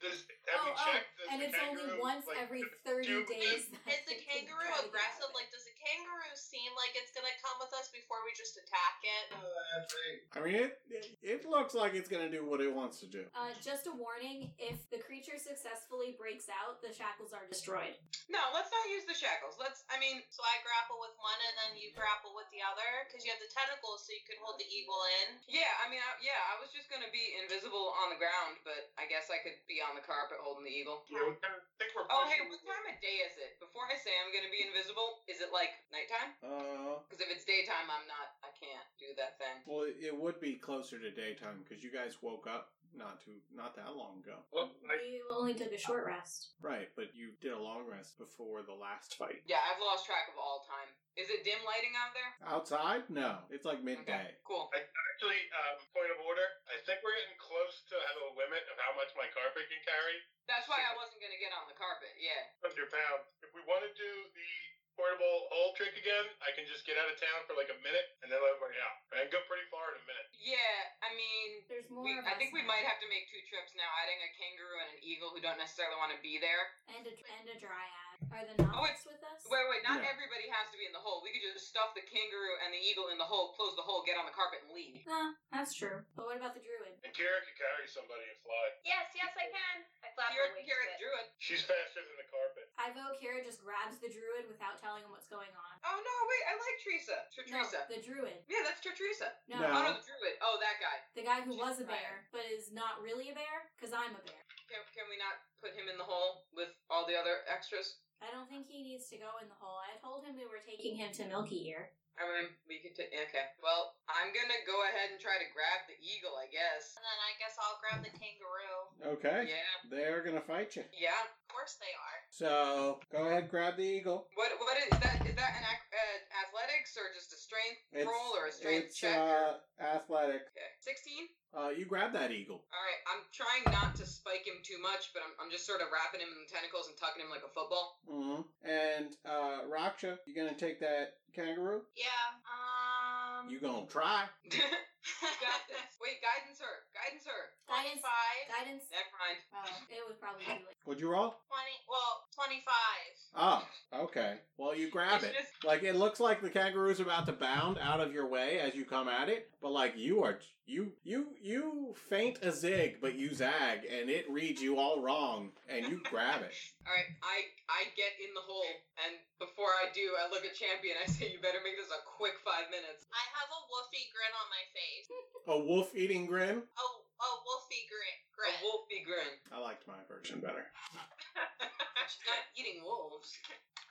S4: Does, have you
S5: Oh, oh,
S4: checked? Does
S5: and
S4: the
S5: it's only
S4: kangaroo,
S5: once
S4: like,
S5: every 30
S4: do-
S5: days. that
S6: Is the
S5: they can
S6: kangaroo
S5: try to get out
S6: aggressive?
S5: of it.
S6: Like, does the kangaroo seem like it's gonna come with us before we just attack it?
S1: I
S3: Oh.
S1: mean, it it looks like it's going to do what it wants to do.
S5: Uh, just a warning: if the creature successfully breaks out, the shackles are destroyed.
S3: No, let's not use the shackles. Let's, I mean,
S6: So I grapple with one, and then you grapple with the other, because you have the tentacles, so you can hold the eagle in.
S3: yeah, I mean, I, yeah, I was just gonna be invisible on the ground, but I guess I could be on the carpet holding the eagle.
S4: Yeah, we kinda- I think we're
S3: Oh, hey,
S4: pushing-
S3: what time of day is it? Before I say I'm gonna be invisible, is it like nighttime?
S1: Uh,
S3: Because if it's daytime, I'm not, I can't do that thing.
S1: well, it would be closer to daytime because you guys woke up not too not that long ago.
S4: Well, I,
S5: We only took a short rest.
S1: Right, but you did a long rest before the last fight.
S3: Yeah, I've lost track of all time. Is it dim lighting out there?
S1: Outside? No. It's like midday.
S3: Okay, cool.
S4: I actually, um, point of order, I think we're getting close to having a limit of how much my carpet can carry.
S3: That's why I wasn't gonna get on the carpet. Yeah.
S4: 100 pounds. If we want to do the portable hole trick again, I can just get out of town for like a minute and then let everybody out. I can go pretty far in a minute.
S3: Yeah, I mean,
S5: There's more
S3: we,
S5: of
S3: I
S5: us
S3: think we
S5: now.
S3: might have to make two trips now, adding a kangaroo and an eagle who don't necessarily want to be there.
S5: And a, and a dryad.
S3: Oh,
S5: Are the Nolts with us?
S3: Wait, wait, not
S1: No.
S3: everybody has to be in the hole. We could just stuff the kangaroo and the eagle in the hole, close the hole, get on the carpet, and leave.
S5: Nah, that's true. But what about the druid?
S4: And Kira can carry somebody and fly.
S2: Yes, yes, I can. I flap
S3: Here,
S2: my wings.
S3: here,
S2: a bit.
S3: druid.
S4: She's faster than the carpet.
S5: I vote Kira just grabs the druid without telling him what's going on.
S3: Oh no, wait, I like Teresa. Teresa.
S5: No, the druid.
S3: Yeah, that's Teresa.
S5: No,
S1: No.
S3: Oh no, the druid. Oh, that guy.
S5: the guy who
S3: She's
S5: was
S3: a
S5: a bear but is not really a bear because I'm a bear.
S3: Can, can we not put him in the hole with all the other extras?
S5: I don't think he needs to go in the hole. I told him we were taking him to Milky Ear.
S3: I mean, we could. T- okay. Well, I'm gonna go ahead and try to grab the eagle. I guess.
S6: And then I guess I'll grab the kangaroo.
S1: Okay.
S3: Yeah.
S1: They're gonna fight you.
S3: Yeah.
S6: Of course they are.
S1: So go ahead, grab the eagle.
S3: What what is that? Is that an ac- uh, athletics or just a strength
S1: It's,
S3: roll or a strength
S1: it's,
S3: check?
S1: Uh, athletic.
S3: okay, sixteen.
S1: Uh, you grab that eagle.
S3: All right, I'm trying not to spike him too much, but I'm I'm just sort of wrapping him in the tentacles and tucking him like a football.
S1: hmm And uh, Raksha, you gonna take that kangaroo?
S6: Yeah. Um.
S1: You gonna try?
S3: Got this. Wait, guidance her. Guidance her.
S5: Guidance.
S6: 25.
S5: Guidance.
S3: Never mind.
S5: Oh, it was probably too late.
S1: What'd you roll?
S6: 20. Well, 25.
S1: Oh, okay. Well, you grab
S3: It's
S1: it.
S3: just-
S1: Like it looks like the kangaroo's about to bound out of your way as you come at it, but like you are you you you faint a zig, but you zag, and it reads you all wrong, and you grab it.
S3: All right, I I get in the hole, and before I do, I look at Champion. I say, "You better make this a quick five minutes."
S6: I have a woofy grin on my face.
S1: A wolf eating grin.
S6: A, a woofy grin.
S3: A
S6: grin.
S3: wolfy grin.
S1: I liked my version better.
S3: She's not eating wolves.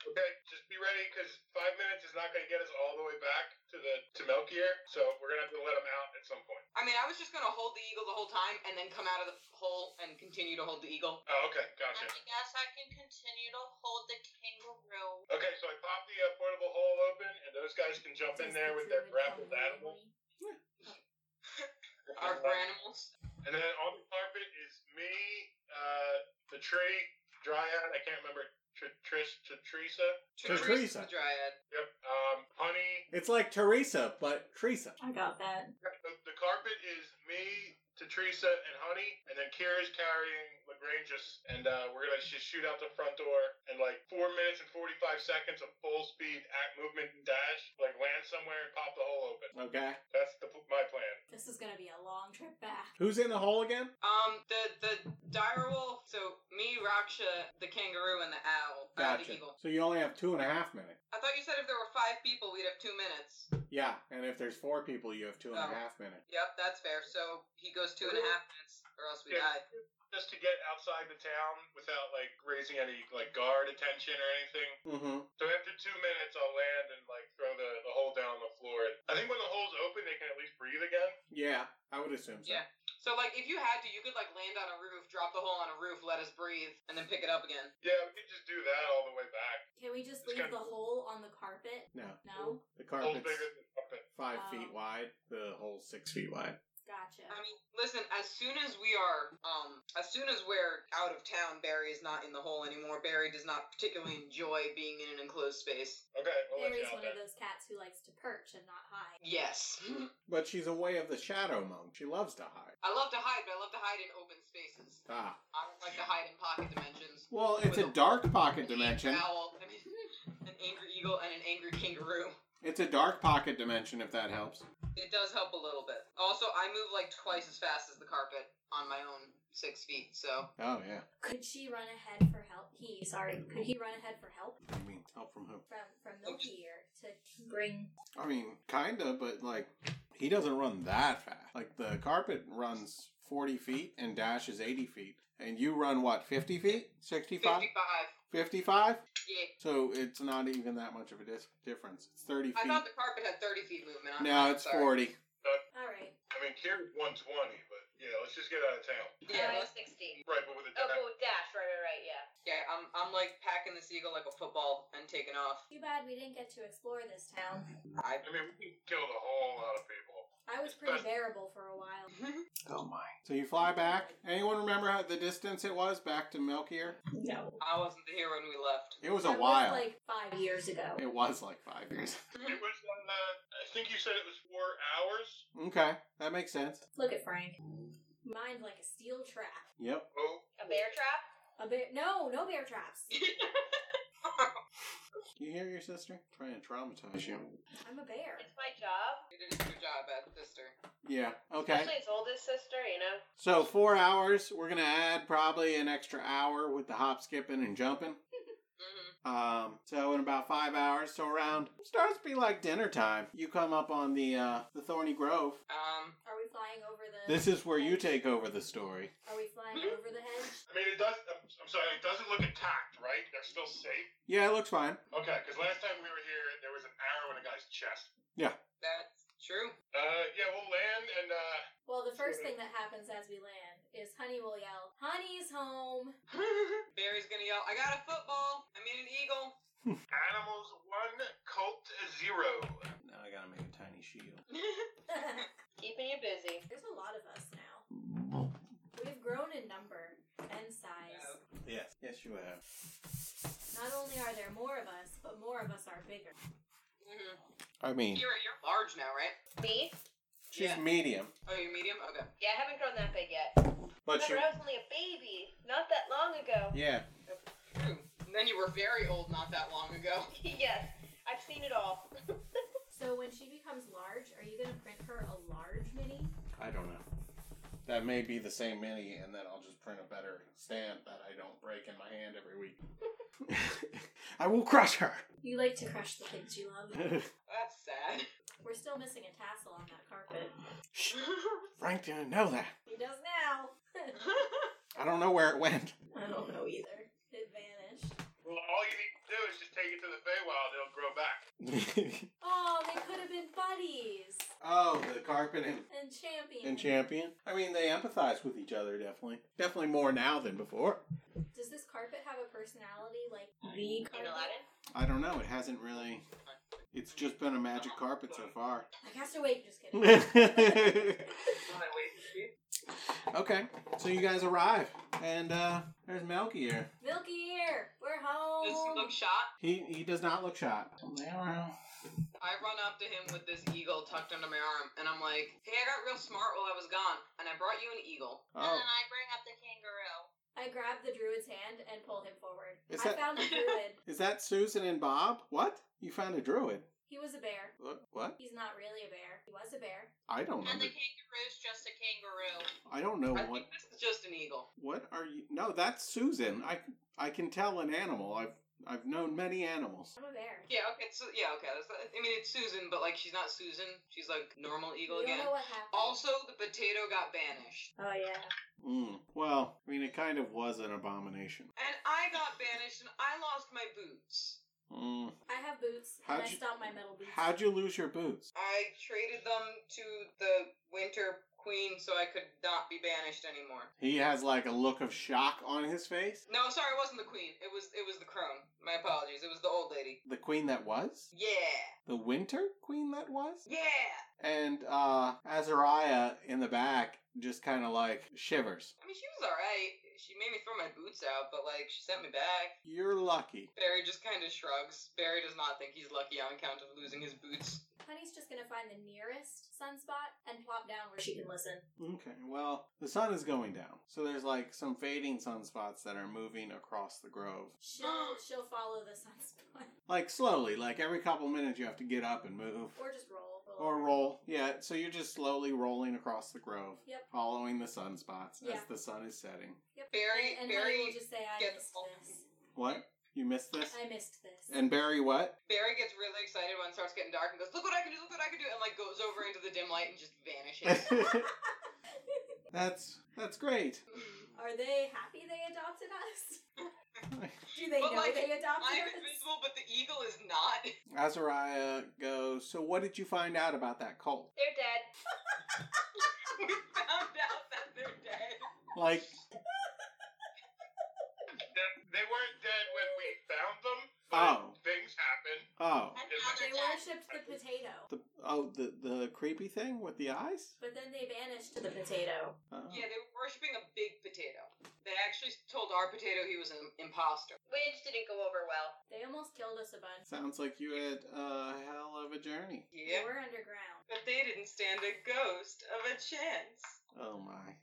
S4: Okay, just be ready because five minutes is not going to get us all the way back to the to Melkier. So we're gonna have to let him out at some point.
S3: I mean, I was just gonna hold the eagle the whole time and then come out of the hole and continue to hold the eagle.
S4: Oh, okay, gotcha.
S6: And I guess I can continue to hold the kangaroo.
S4: Okay, so I pop the uh, portable hole open, and those guys can jump in
S5: Just
S4: there
S5: the
S4: with their
S5: druid
S4: grappled
S5: probably.
S4: animal.
S3: Our granimals.
S4: And then on the carpet is me, uh, the tree, Dryad. I can't remember. Tr- Trish, Tr- Teresa.
S1: Teresa.
S3: the dryad.
S4: Yep. Um, honey.
S1: It's like Teresa, but Teresa.
S5: I got that.
S4: The, the carpet is me, Teresa, and Honey, and then Kira's carrying Lagrange's, and uh, we're gonna just shoot out the front door and like four minutes and forty five seconds of full speed at movement and dash, like land somewhere and pop the hole open.
S1: Okay.
S4: That's the, my plan.
S5: This is gonna be a long trip back.
S1: Who's in the hole again?
S3: Um, the the direwolf. So me, Raksha, the kangaroo, and the owl. Uh,
S1: Gotcha.
S3: the eagle.
S1: So you only have two and a half minutes.
S3: I thought you said if there were five people, we'd have two minutes.
S1: Yeah, and if there's four people, you have two and a half
S3: Oh.
S1: minutes.
S3: Yep, that's fair. So he goes two and a half minutes, or else we
S4: Yeah.
S3: die.
S4: Just to get outside the town without like raising any like guard attention or anything.
S1: Mm-hmm.
S4: So after two minutes, I'll land and like throw the, the hole down on the floor. I think when the hole's open, they can at least breathe again.
S1: Yeah, I would assume so.
S3: Yeah. So like, if you had to, you could like land on a roof, drop the hole on a roof, let us breathe, and then pick it up again.
S4: Yeah, we could just do that all the way back.
S5: Can we just
S4: It's
S5: leave
S4: kinda-
S5: the hole on the carpet?
S1: No.
S5: No?
S1: The
S4: Hole's
S1: carpet's
S4: bigger than the carpet.
S1: five
S5: Oh.
S1: feet wide. The hole's six feet wide.
S5: Gotcha.
S3: I mean, listen, as soon as we are, um, as soon as we're out of town, Barry is not in the hole anymore. Barry does not particularly enjoy being in an enclosed space.
S4: Okay, we'll let you
S5: Barry's
S4: out
S5: one of
S4: there.
S5: those cats who likes to perch and not hide.
S3: Yes.
S1: But she's away of the shadow monk. She loves to hide.
S3: I love to hide, but I love to hide in open spaces.
S1: Ah.
S3: I don't like to hide in pocket dimensions.
S1: Well, it's a dark pocket dimension.
S3: An owl, I mean, an angry eagle, and an angry kangaroo.
S1: It's a dark pocket dimension, if that helps.
S3: It does help a little bit. Also, I move like twice as fast as the carpet on my own six feet, so.
S1: Oh, yeah.
S5: Could she run ahead for help? He, sorry. Could he run ahead for help
S1: I mean, help from who?
S5: from from Milky Ear to bring?
S1: I mean, kinda, but like, he doesn't run that fast. Like, the carpet runs 40 feet and Dash is 80 feet. And you run, what, 50 feet? 65?
S3: 55.
S1: 55?
S3: Yeah.
S1: So it's not even that much of a dis- difference. It's 30
S3: I
S1: feet.
S3: thought the carpet had 30 feet movement. I'm-
S1: now
S3: I'm
S1: it's
S3: sorry.
S1: 40.
S5: All right.
S4: I mean, Kira's 120, but Yeah, let's just get out of town.
S3: Yeah,
S2: Alright,
S3: let's-
S2: 60.
S4: Right, but with a
S2: Oh,
S4: dash.
S2: cool, dash. Right, right, right, yeah.
S3: yeah. I'm I'm like packing this eagle like a football and taking off.
S5: Too bad we didn't get to explore this town.
S3: I.
S4: I mean, we killed a whole lot of people.
S5: I was pretty bearable for a while.
S1: Oh my. So you fly back. Anyone remember how the distance it was back to Melkier?
S13: No.
S3: I wasn't here when we left.
S1: It was a
S5: That was
S1: while.
S5: like five years ago.
S1: it was like five years.
S4: It was, uh, I think you said it was four hours.
S1: okay, that makes sense.
S5: Look at Frank. Mind like a steel trap.
S1: Yep.
S4: Oh,
S2: A bear trap?
S5: A bear? No, no bear traps.
S1: You hear your sister trying to traumatize you?
S5: I'm a bear.
S2: It's my job.
S3: You did a good job, Ed, sister.
S1: Yeah. Okay.
S2: Especially his oldest sister, you know?
S1: So four hours. We're gonna add probably an extra hour with the hop, skipping, and jumping.
S3: Mm-hmm.
S1: Um, so in about five hours, so around starts to be like dinner time. You come up on the uh, the Thorny Grove.
S3: Um,
S5: Are we flying over the?
S1: This is where you take over the story.
S5: Are we flying over the hedge?
S4: I mean, it does. I'm, I'm sorry, it doesn't look attacked, right? They're still safe.
S1: Yeah, it looks fine.
S4: Okay, because last time we were here, there was an arrow in a guy's chest.
S3: that's true.
S4: Uh, yeah, we'll land and uh,
S5: Well, the first thing that happens as we land is Honey will yell, "Honey's home!"
S3: Barry's gonna yell, "I got a football! I mean an eagle!"
S4: animals one, cult zero.
S1: Now I gotta make a tiny shield.
S2: Keeping you busy.
S5: There's a lot of us now. We've grown in number and size.
S1: Yes, yes, you have.
S5: Not only are there more of us, but more of us are bigger.
S3: Mm-hmm.
S1: I mean,
S3: Kira, you're large now, right?
S2: Me?
S1: she's
S3: Yeah.
S1: medium,
S3: Oh, you're medium. Okay.
S2: Yeah, I haven't grown that big yet.
S1: but she.
S2: Remember, I was only a baby not that long ago.
S1: Yeah,
S3: True. And then you were very old not that long ago.
S2: yes, I've seen it all.
S5: So when she becomes large, are you gonna print her a large mini?
S1: I don't know. That may be the same mini, and then I'll just print a better stand that I don't break in my hand every week. I will crush her.
S5: You like to crush the things you love.
S3: That's sad.
S5: We're still missing a tassel on that carpet.
S1: Frank didn't know that.
S5: He does now.
S1: I don't know where it went.
S13: I don't know either.
S5: It vanished.
S4: Well, all you need to do is just take it to the Feywild; it'll grow back.
S5: Oh, they could have been buddies
S1: oh, the carpet and,
S5: and champions.
S1: and champion. I mean, they empathize with each other definitely. Definitely more now than before.
S5: Does this carpet have a personality like
S13: The
S2: In Aladdin?
S1: I don't know. It hasn't really. It's just been a magic carpet so far.
S5: I cast away? Just kidding.
S1: okay,
S3: My waist.
S1: so you guys arrive, and uh, there's Melky here.
S5: Milky ear, we're
S3: Does he
S5: home.
S3: look shot?
S1: He he does not look shot.
S3: I run up to him with this eagle tucked under my arm, and I'm like, "Hey, I got real smart while I was gone, and I brought you an eagle."
S1: Oh,
S6: And then I bring up the kangaroo.
S5: I grab the druid's hand and pull him forward.
S1: Is
S5: I
S1: that-
S5: found a druid.
S1: is that Susan and Bob? What? You found a druid?
S5: He was a bear.
S1: What? what?
S5: He's not really a bear. He was a bear.
S1: I don't know.
S6: And the kangaroo's just a kangaroo.
S1: I don't know
S3: I
S1: what.
S3: think this is just an eagle.
S1: What are you? No, that's Susan. I I can tell an animal. I've I've known many animals.
S5: I'm a bear.
S3: Yeah. Okay. So yeah. Okay. That's, I mean, it's Susan, but like she's not Susan. She's like normal eagle
S5: we
S3: again.
S5: don't know what happened.
S3: Also, the potato got banished.
S5: oh yeah.
S1: Mm. Well, I mean, it kind of was an abomination.
S3: And I got banished and I lost my boots.
S1: Mm.
S5: I have boots
S1: How'd
S5: and I
S1: you-
S5: stomp my metal boots.
S1: How'd you lose your boots?
S3: I traded them to the Winter Queen so I could not be banished anymore.
S1: He has like a look of shock on his face.
S3: No, sorry, it wasn't the Queen. It was it was the crone. My apologies. It was the old lady.
S1: The queen that was,
S3: Yeah.
S1: the winter queen that was,
S3: Yeah.
S1: and uh Azariah in the back just kind of like shivers.
S3: I mean she was alright. She made me throw my boots out, but like she sent me back.
S1: You're lucky.
S3: Barry just kind of shrugs. Barry does not think he's lucky on account of losing his boots.
S5: Honey's just gonna find the nearest sunspot and plop down where she can listen.
S1: Okay, well, the sun is going down, so there's like some fading sunspots that are moving across the grove.
S5: She'll she'll follow the sunspot
S1: like slowly like every couple minutes you have to get up and move
S5: or just roll.
S1: or roll yeah so you're just slowly rolling across the grove
S5: Yep.
S1: following the sunspots as
S5: Yeah.
S1: the sun is setting
S5: Yep.
S3: Barry-
S5: and, and
S3: Barry
S5: Honey will just say, "I
S3: gets
S5: missed
S3: all-
S5: this.
S1: what you missed this
S5: I missed this."
S1: and barry what
S3: Barry gets really excited when it starts getting dark and goes, "Look what I can do! Look what I can do!" and like goes over into the dim light and just vanishes.
S1: that's that's great
S5: Are they happy they adopted us? Do they
S3: But,
S5: know
S3: like,
S5: they adopted
S3: I'm
S5: us?
S3: invisible, but the eagle is not.
S1: azariah goes so what did you find out about that cult
S2: They're dead.
S3: we found out that They're dead.
S1: Like,
S4: They- They weren't dead when we found them, but
S1: oh,
S4: things happen.
S1: oh,
S6: And
S4: Is
S6: now
S4: it-
S5: They
S6: they're dead.
S5: worshipped the potato,
S1: the oh the the creepy thing with the eyes.
S5: but then they vanished to the potato.
S1: Oh.
S3: Yeah, they were worshiping a big potato. They actually told our potato he was an imposter.
S2: Which didn't go over well.
S5: They almost killed us a bunch.
S1: Sounds like you had a hell of a journey.
S5: They
S3: Yeah.
S5: We're underground.
S3: But they didn't stand a ghost of a chance.
S1: Oh my.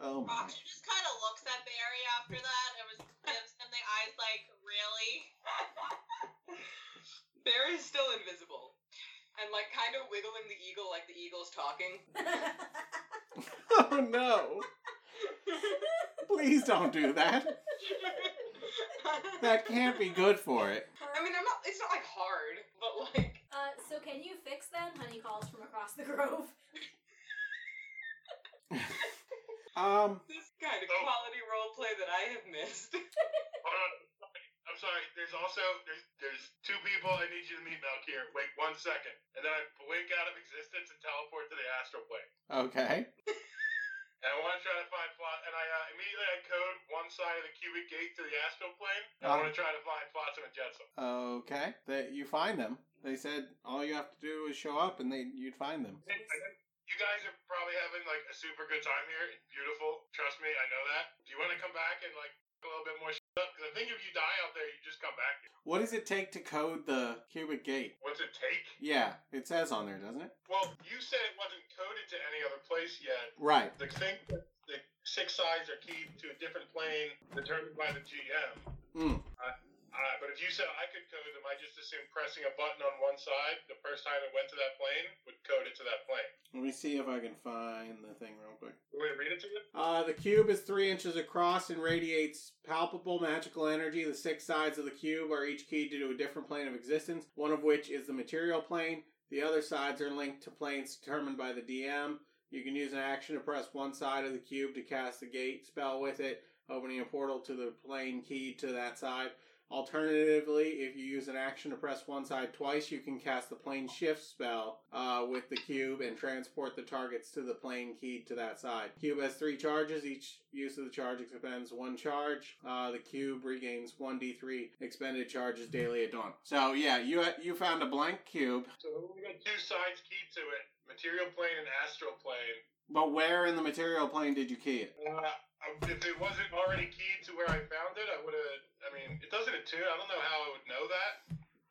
S1: Oh my.
S6: Roxy just kind of looks at Barry after that and was gives him the eyes like, really?
S3: Barry's still invisible. And like kind of wiggling the eagle like the eagle's talking.
S1: Oh no. Please don't do that. That can't be good for it.
S3: I mean, I'm not. It's not like hard, but like
S5: uh, so can you fix them? Honey calls from across the grove.
S1: Um.
S3: this kind of quality role play that I have missed.
S4: Hold on. I'm sorry. There's also there's there's two people I need you to meet, Malkier. Wait one second, and then I blink out of existence and teleport to the astral plane.
S1: Okay.
S4: And I want to try to find plot. And I uh, immediately I code one side of the cubic gate to the astral plane. And I want to try to find Flotsam and Jetsam.
S1: Okay. That you find them. They said all you have to do is show up, and they you'd find them.
S4: You guys are probably having like a super good time here. It's beautiful. Trust me, I know that. Do you want to come back and like a little bit more shit up? Because I think if you die out there, you just come back. here.
S1: What does it take to code the cubic gate?
S4: What's it take?
S1: Yeah, it says on there, doesn't it?
S4: Well, you said it wasn't coded to any other place yet.
S1: Right.
S4: The thing, the six sides are keyed to a different plane determined by the GM.
S1: Mm.
S4: Uh, but if you said I could code them, I just assume pressing a button on one side the first time it went to that plane would code it to that plane.
S1: Let me see if I can find the thing real quick.
S4: You want me to read it to you?
S1: Uh, the cube is three inches across and radiates palpable magical energy. The six sides of the cube are each keyed to a different plane of existence, one of which is the material plane. The other sides are linked to planes determined by the DM. You can use an action to press one side of the cube to cast the gate spell with it, opening a portal to the plane keyed to that side. Alternatively, if you use an action to press one side twice, you can cast the plane shift spell uh, with the cube and transport the targets to the plane keyed to that side. Cube has three charges. Each use of the charge expends one charge. Uh, the cube regains one d3 expended charges daily at dawn. So yeah, you you found a blank cube,
S4: So we only got two sides keyed to it: material plane and astral plane.
S1: but where in the material plane did you key it?
S4: Uh, I- if it wasn't already keyed to where I found it, I would have. I mean, it doesn't attune. I don't know how I would know that.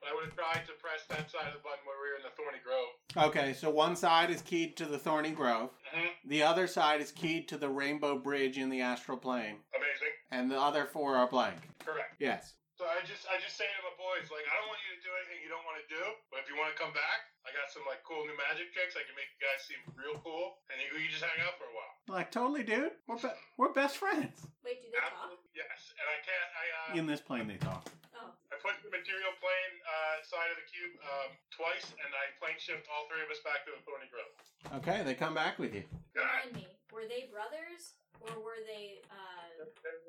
S4: But I would have tried to press that side of the button where we were in the Thorny Grove.
S1: Okay, so one side is keyed to the Thorny Grove.
S4: Mm-hmm.
S1: The other side is keyed to the Rainbow Bridge in the astral plane,
S4: Amazing.
S1: and the other four are blank.
S4: Correct.
S1: Yes.
S4: So I just I just say to my boys, like, I don't want you to do anything you don't want to do, but if you want to come back, I got some like cool new magic tricks. I can make you guys seem real cool, and you, you just hang out for a while.
S1: Like totally, dude. We're be- we're best friends.
S5: Wait, do they talk?
S4: Absolutely, yes. And I can't. I uh,
S1: In this plane, they talk.
S5: Oh,
S4: I put the material plane uh, side of the cube um, twice, and I plane shift all three of us back to the Thorny Grove.
S1: Okay, they come back with you.
S4: God,
S5: remind me. Were they brothers or were they uh,
S4: they're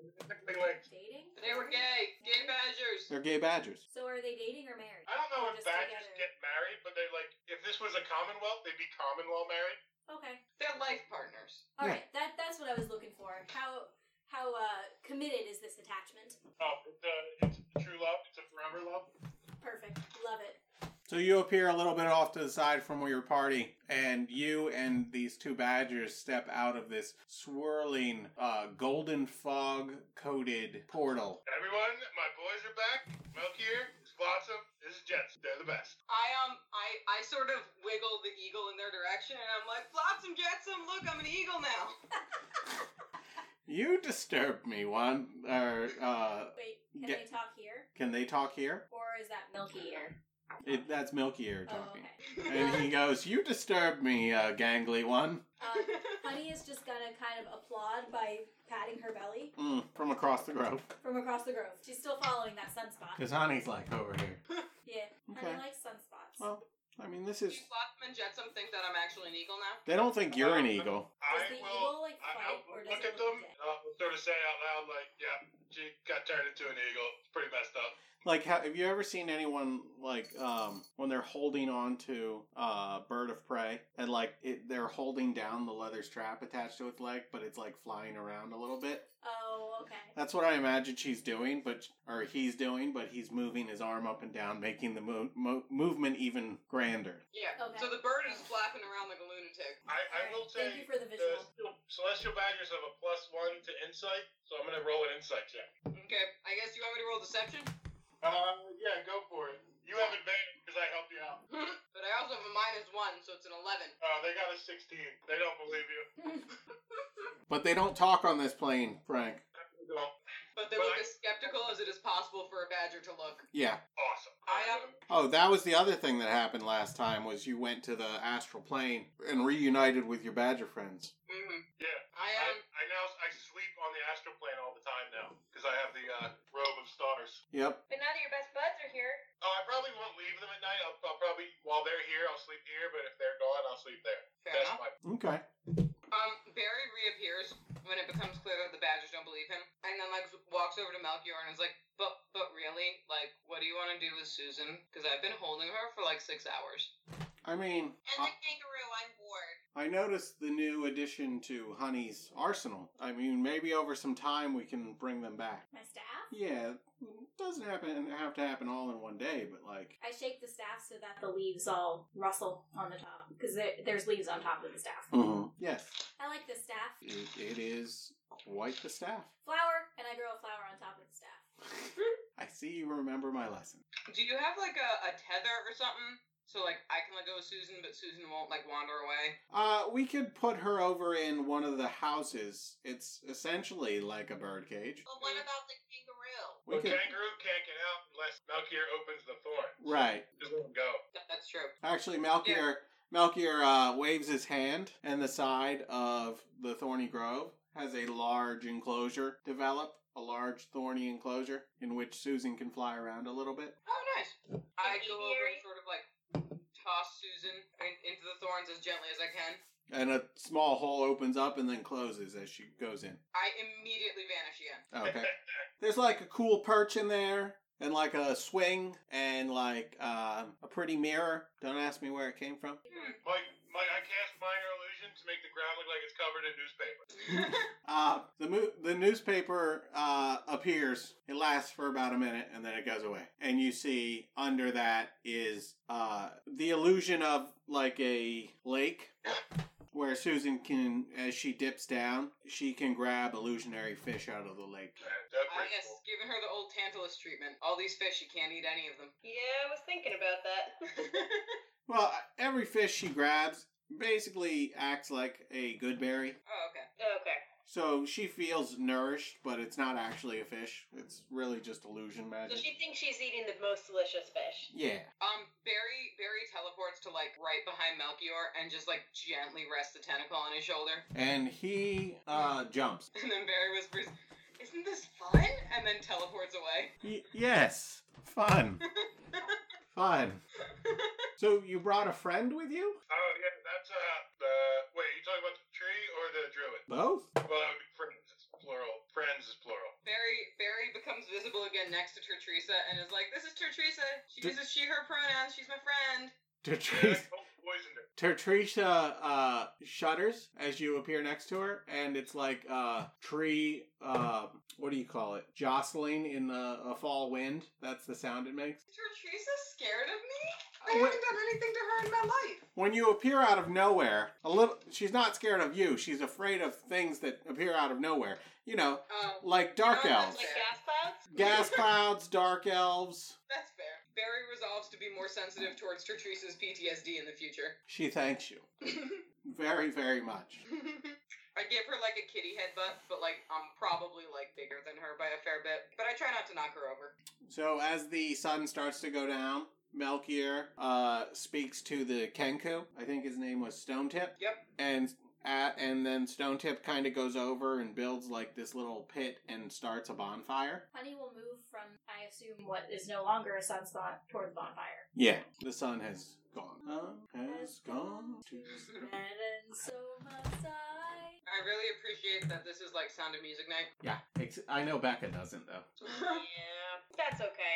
S4: linked.
S5: dating?
S3: They were gay, gay badgers.
S1: They're gay badgers.
S5: So are they dating or married?
S4: I don't know
S5: Or
S4: if
S5: just
S4: badgers
S5: together?
S4: get married, but they like if this was a Commonwealth, they'd be common law married.
S5: Okay.
S3: They're life partners.
S5: All
S1: Yeah.
S5: right, that that's what I was looking for. How how uh, committed is this attachment?
S4: Oh, it's, uh, it's true love. It's a forever love.
S5: Perfect, love it.
S1: So you appear a little bit off to the side from where your party, and you and these two badgers step out of this swirling, uh, golden fog-coated portal.
S4: Everyone, my boys are back. Melkier, Flotsam, this is Jets. They're the best.
S3: I um I I sort of wiggle the eagle in their direction and I'm like, Flotsam Jetsam, look, I'm an eagle now.
S1: You disturb me, one. Or uh,
S5: Wait, can
S1: Yeah.
S5: they talk here,
S1: can they talk here?
S5: or is that Milky here?
S1: It, that's Milky Ear
S5: Oh,
S1: talking.
S5: okay.
S3: Uh.
S1: And he goes, "You disturb me, uh, gangly one."
S5: Uh, Honey is just gonna kind of applaud by patting her belly
S1: Mm, from across the grove,
S5: from across the grove. She's still following that sunspot.
S1: because Honey's like over here.
S5: Yeah,
S1: Okay.
S5: Honey likes sunspots.
S1: Well, I mean, this
S3: Do
S1: is.
S3: Flotsam and Jetsam think that I'm actually an eagle now?
S1: They don't think you're an eagle.
S5: does
S4: I
S5: the
S4: will.
S5: eagle like
S4: I,
S5: fight,
S4: I'll
S5: or does
S4: look
S5: it
S4: at them
S5: look
S4: and I'll sort of say out loud, like, yeah, she got turned into an eagle. It's pretty messed up.
S1: Like, ha- have you ever seen anyone like um, when they're holding on to uh, bird of prey and like it, they're holding down the leather strap attached to its leg, but it's like flying around a little bit?
S5: Oh, okay.
S1: That's what I imagine she's doing, but or he's doing, but he's moving his arm up and down, making the mo- mo- movement even grander.
S3: Yeah.
S5: Okay.
S3: So the bird is flapping around like a lunatic.
S4: I, I will
S5: Thank
S4: say
S5: you for the
S4: the
S5: visual.
S4: celestial badgers have a plus one to insight, so I'm gonna roll an insight check.
S3: Okay. I guess you want me to roll deception,
S4: Uh, yeah, go for it. You have advantage because I helped you out.
S3: but I also have a minus one, so it's an eleven.
S4: Uh, they got a 16. They don't believe you.
S1: But they don't talk on this plane, Frank.
S4: They don't.
S3: But they
S4: But
S3: look
S4: I-
S3: as skeptical as it is possible for a badger to look.
S1: Yeah.
S4: Awesome.
S3: I am-
S1: Oh, that was the other thing that happened last time was you went to the astral plane and reunited with your badger friends.
S3: Mm-hmm.
S4: Yeah.
S3: I
S4: I,
S3: am.
S4: I now I sleep on the astral plane all the time now because I have the uh, robe of stars.
S1: Yep.
S2: But now that your best buds are here,
S4: Oh, I probably won't leave them at night. I'll, I'll probably while they're here, I'll sleep here. But if they're gone, I'll sleep there.
S3: Fair
S4: That's
S3: enough.
S4: my
S1: Okay.
S3: Um, Barry reappears when it becomes clear that the badgers don't believe him, and then like walks over to Melchior and is like, "But, but really, like, what do you want to do with Susan? Because I've been holding her for like six hours."
S1: I mean, I,
S6: And the kangaroo, I'm bored.
S1: I noticed the new addition to Honey's arsenal. I mean, maybe over some time we can bring them back.
S5: My staff?
S1: Yeah, doesn't happen have to happen all in one day, but like,
S5: I shake the staff so that the leaves all rustle on the top because there, there's leaves on top of the staff.
S1: Mm-hmm. yes,
S5: I like the staff
S1: it, it is quite the staff.
S5: flower, and I grow a flower on top of the staff.
S1: I see you remember my lesson.
S3: Do you have like a, a tether or something? So like I can let go of Susan, but Susan won't like wander away.
S1: Uh, we could put her over in one of the houses. It's essentially like a birdcage.
S6: But what about the kangaroo?
S1: We
S4: Well,
S1: could,
S4: kangaroo can't get out unless Melchior opens the thorn.
S1: right.
S4: Just let him go.
S3: That- That's true.
S1: Actually, Melchior Melchior uh, waves his hand, and the side of the thorny grove has a large enclosure developed, a large thorny enclosure in which Susan can fly around a little bit.
S3: Oh, nice. I go over
S2: Aviary?
S3: and sort of like toss Susan in, into the thorns as gently as I can.
S1: And a small hole opens up and then closes as she goes in.
S3: I immediately vanish again.
S1: Okay. There's like a cool perch in there, and like a swing, and like um a pretty mirror. Don't ask me where it came from.
S4: Mike, Mike, I cast minor illusion to make the ground look like it's covered in newspaper.
S1: Uh, the mo- the newspaper uh, appears. It lasts for about a minute, and then it goes away. And you see under that is uh, the illusion of like a lake, where Susan can, as she dips down, she can grab illusionary fish out of the lake.
S4: That's
S3: I
S4: pretty
S3: guess
S4: cool.
S3: giving her the old Tantalus treatment. All these fish, she can't eat any of them.
S2: yeah, I was thinking about that.
S1: Well, every fish she grabs basically acts like a good berry.
S3: Oh, okay.
S2: okay.
S1: So she feels nourished, but it's not actually a fish. It's really just illusion
S2: So
S1: magic.
S2: she thinks she's eating the most delicious fish.
S1: Yeah.
S3: Um, Barry Barry teleports to like right behind Melchior and just like gently rests the tentacle on his shoulder.
S1: And he uh, jumps.
S3: And then Barry whispers, "Isn't this fun?" And then teleports away.
S1: Y- yes. Fun. Fun. So you brought a friend with you?
S4: Oh yeah, that's uh the wait. You talking about the tree or the druid?
S1: Both?
S4: Well, that would be friends. It's plural. Friends is plural.
S3: Barry Barry becomes visible again next to Tertrisa and is like, "This is Tertrisa. She uses she/her pronouns. She's my friend."
S4: Yeah,
S1: Tertris-
S4: I poisoned her.
S1: Tertrisha uh, shudders as you appear next to her, and it's like a tree, uh, what do you call it? Jostling in the, a fall wind. That's the sound it makes.
S3: Tertrisa scared of me? I
S1: What-
S3: haven't done anything to her in my life.
S1: When you appear out of nowhere, a little, she's not scared of you. She's afraid of things that appear out of nowhere. You know,
S3: Oh,
S1: like dark
S3: No, that's
S1: elves.
S2: Like
S3: Fair.
S2: gas clouds?
S1: gas clouds, dark elves.
S3: That's fair. Barry resolves to be more sensitive towards Tertrisa's PTSD in the future.
S1: She thanks you very, very much.
S3: I give her like a kitty headbutt, but like I'm probably like bigger than her by a fair bit. But I try not to knock her over.
S1: So as the sun starts to go down, Melchior uh, speaks to the Kenku. I think his name was Stone Tip.
S3: Yep.
S1: And at, and then Stone Tip kind of goes over and builds like this little pit and starts a bonfire.
S5: Honey will move from, I assume, what is no longer a sunspot toward the bonfire.
S1: Yeah. The sun has gone. Sun has gone to.
S5: And so must I.
S3: I really appreciate that this is like Sound of Music night. Um,
S1: Yeah. Ex- I know Becca doesn't though.
S2: yeah, that's okay.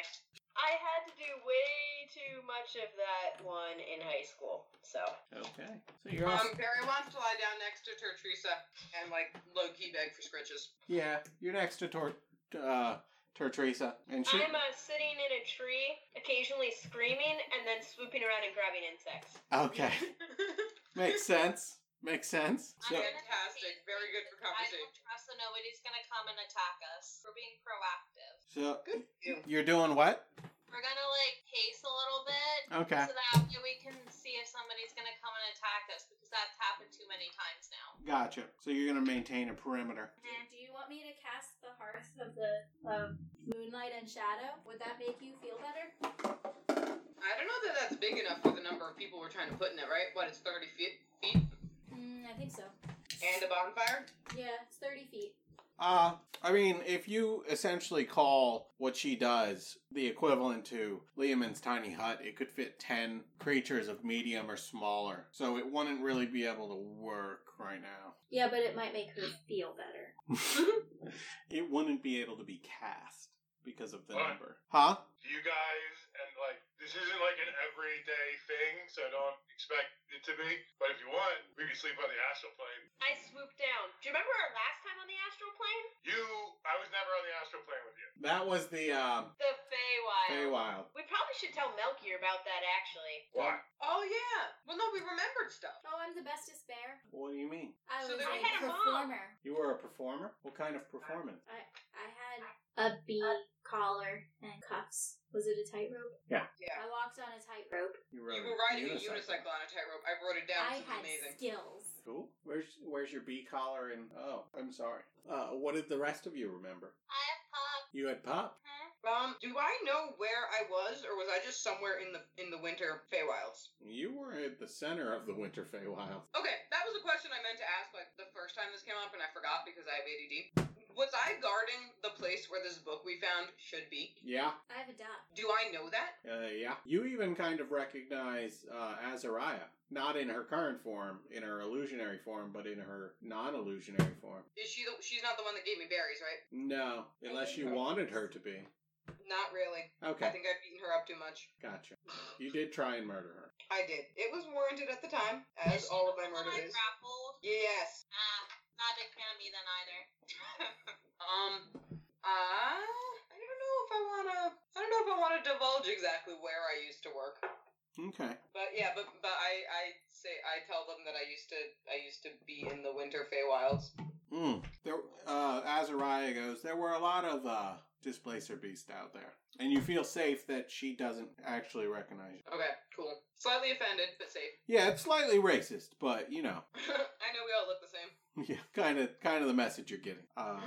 S2: I had to do way too much of that one in high school. So
S12: Okay. So you're also,
S3: Um, Barry wants to lie down next to Tertrisa and like low key beg for scritches.
S1: yeah, you're next to Tor, uh, Teresa, and she.
S2: I'm uh, sitting in a tree, occasionally screaming, and then swooping around and grabbing insects.
S1: Okay, makes sense. Makes sense. So,
S6: I'm gonna
S3: Fantastic. Very good for
S6: I
S3: conversation.
S6: don't trust that nobody's gonna come and attack us. We're being proactive.
S1: so
S3: Good for you.
S1: you're doing what?
S6: We're gonna like pace a little bit
S1: Okay.
S6: so that way we can see if somebody's gonna come and attack us because that's happened too many times now.
S1: Gotcha. So you're gonna maintain a perimeter.
S5: Do, do you want me to cast the hearts of the of moonlight and shadow? Would that make you feel better?
S3: I don't know that that's big enough for the number of people we're trying to put in it, right? What, it's 30 feet, feet
S5: Mm, I think so.
S3: and a bonfire?
S5: Yeah, it's thirty feet.
S1: Uh, I mean, if you essentially call what she does the equivalent to Liaman's tiny hut, it could fit 10 creatures of medium or smaller. So it wouldn't really be able to work right now.
S5: Yeah, but it might make her feel better.
S3: Mm-hmm.
S1: It wouldn't be able to be cast because of the
S4: Why?
S1: number. Huh?
S4: Do you guys and like this isn't like an everyday thing, so don't expect it to be. But if you want, we can sleep on the astral plane.
S2: I swoop down. Do you remember our last time on the astral plane?
S4: You, I was never on the astral plane with you.
S1: That was the um,
S2: The Feywild.
S1: Feywild.
S2: We probably should tell Melky about that actually.
S4: Why?
S3: Oh, yeah. Well, no, we remembered stuff.
S5: Oh, I'm the bestest bear.
S1: What do you mean?
S5: I
S3: So
S5: was
S3: there- I
S5: a
S2: had a mom.
S5: performer.
S1: You were a performer? What kind of performance?
S5: I had a bee collar and cuffs. Was it a tightrope?
S3: Yeah.
S5: I walked on a tightrope.
S3: You were riding a unicycle on a tightrope. I wrote it down. This
S5: I
S3: is
S5: had
S3: amazing.
S5: skills.
S1: Cool. Where's where's your bee collar and oh, I'm sorry. Uh, what did the rest of you remember?
S6: I hmm? have pop.
S1: You had pop.
S6: Huh?
S3: Um, do I know where I was, or was I just somewhere in the in the winter Feywilds?
S1: You were at the center of the Winter Feywild.
S3: Okay, that was a question I meant to ask like the first time this came up, and I forgot because I have ADD. Was I guarding the place where this book we found should be?
S1: Yeah,
S5: I have a duck.
S3: Do I know that?
S1: uh, yeah. You even kind of recognize uh, Azariah, not in her current form, in her illusionary form, but in her non-illusionary form.
S3: Is she the, she's not the one that gave me berries, right?
S1: No, unless you wanted her to be.
S3: Not really. I
S1: Okay,
S3: think I've beaten her up too much.
S1: gotcha. You did try and murder her.
S3: I did. It was warranted at the time, as
S6: Is she
S3: all of
S6: the
S3: Oh my
S6: one
S3: murder
S6: I
S3: is.
S6: grappled.
S3: Yes.
S6: Ah, not a big fan of me then either.
S3: Um. Uh, I don't know if I wanna. I don't know if I wanna divulge exactly where I used to work.
S1: Okay.
S3: But yeah, but but I I say I tell them that I used to I used to be in the Winter Feywilds.
S1: Mm. There, uh, Azariah goes. There were a lot of uh, displacer beasts out there, and you feel safe that she doesn't actually recognize you.
S3: Okay, cool. Slightly offended, but safe.
S1: Yeah, it's slightly racist, but you know,
S3: I know we all look the same.
S1: yeah, kind of, kind of the message you're getting. Uh,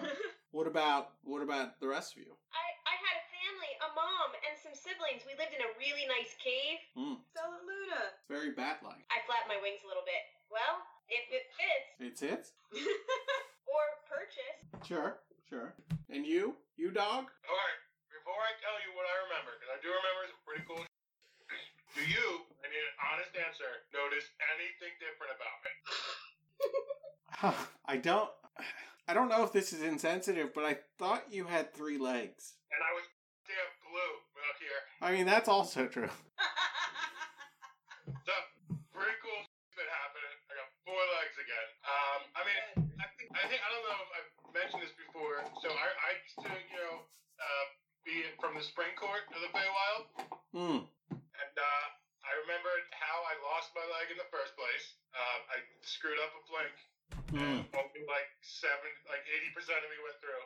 S1: what about, what about the rest of you?
S2: I, I had a family, a mom, and some siblings. We lived in a really nice cave.
S1: Mm,
S3: Tell it, Luna.
S1: it's very bat-like.
S2: I flap my wings a little bit. Well, if it fits,
S1: It's it.
S2: or purchase.
S1: Sure, sure. And you, you dog.
S4: All right. Before I tell you what I remember, because I do remember some pretty cool. Do you, I need an honest answer, notice anything different about me?
S1: I don't, I don't know if this is insensitive, but I thought you had three legs.
S4: And I was damn blue out here.
S1: I mean, that's also true.
S4: So, pretty cool that happened. I got four legs again. Um, I mean, I think, I think, I don't know if I've mentioned this before. So, I, I used to, you know, uh, be from the spring court of the Feywild.
S1: Mm.
S4: And uh, I remembered how I lost my leg in the first place. Uh, I screwed up a plank,
S1: Hmm.
S4: and only like seven, like eighty percent of me went through.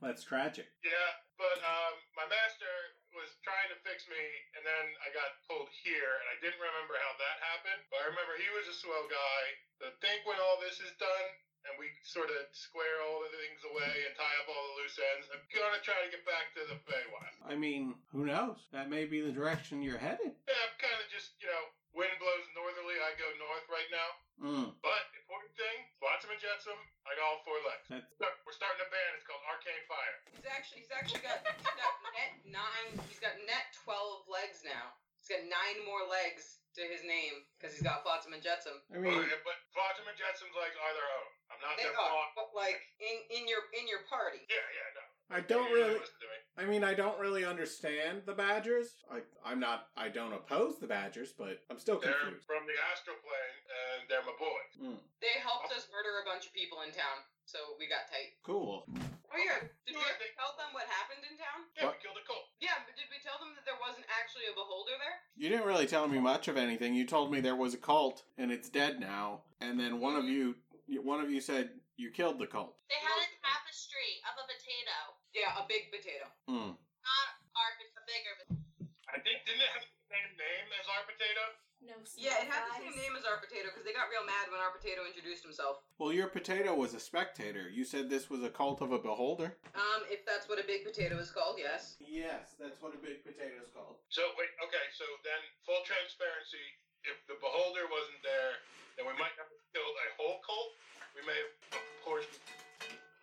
S1: That's tragic.
S4: Yeah, but um, my master was trying to fix me, and then I got pulled here, and I didn't remember how that happened. But I remember he was a swell guy. I think when all this is done. And we sort of square all the things away and tie up all the loose ends. I'm gonna try to get back to the Feywild.
S1: I mean, who knows? That may be the direction you're headed.
S4: Yeah, I'm kind of just, you know, wind blows northerly, I go north right now.
S1: Mm.
S4: But important thing, flotsam and jetsam, I got all four legs.
S1: That's-
S4: Look, We're starting a band. It's called Arcane Fire.
S3: He's actually he's actually got he's got net nine. He's got net twelve legs now. He's got nine nine more legs to his name because he's got Flotsam and Jetsam.
S1: I mean,
S4: but, but Flotsam and Jetson's legs are their own. I'm not
S3: They
S4: their
S3: are,
S4: fault.
S3: but like in in your in your party.
S4: Yeah, yeah, no.
S1: I don't
S4: You
S1: really.
S4: didn't listen to me.
S1: I mean, I don't really understand the Badgers. I, I'm not. I don't oppose the Badgers, but I'm still
S4: They're
S1: confused.
S4: from the astral plane, and they're my boys.
S3: They helped us murder a bunch of people in town, so we got tight.
S1: Cool.
S3: Oh yeah, did we
S4: Yeah.
S3: ever tell them what happened in town?
S4: Yeah,
S1: What?
S4: we killed a cult.
S3: Yeah, but did we tell them that there wasn't actually a beholder there?
S1: You didn't really tell me much of anything. You told me there was a cult and it's dead now, and then one of you, one of you said you killed the cult.
S6: They had a tapestry of a potato.
S3: Yeah, a big potato.
S1: Mm.
S6: Not our, but a bigger potato.
S4: I think didn't it have the same name as our potato?
S5: No. small
S3: Yeah, it had the
S5: fries.
S3: same name as our potato because they got real mad when our potato introduced himself.
S1: Well, your potato was a spectator. You said this was a cult of a beholder.
S3: Um, if that's what a big potato is called, yes.
S1: Yes, that's what a big potato is called.
S4: So wait, okay. So then, full transparency. If the beholder wasn't there, then we might not have killed a whole cult. We may have, of course.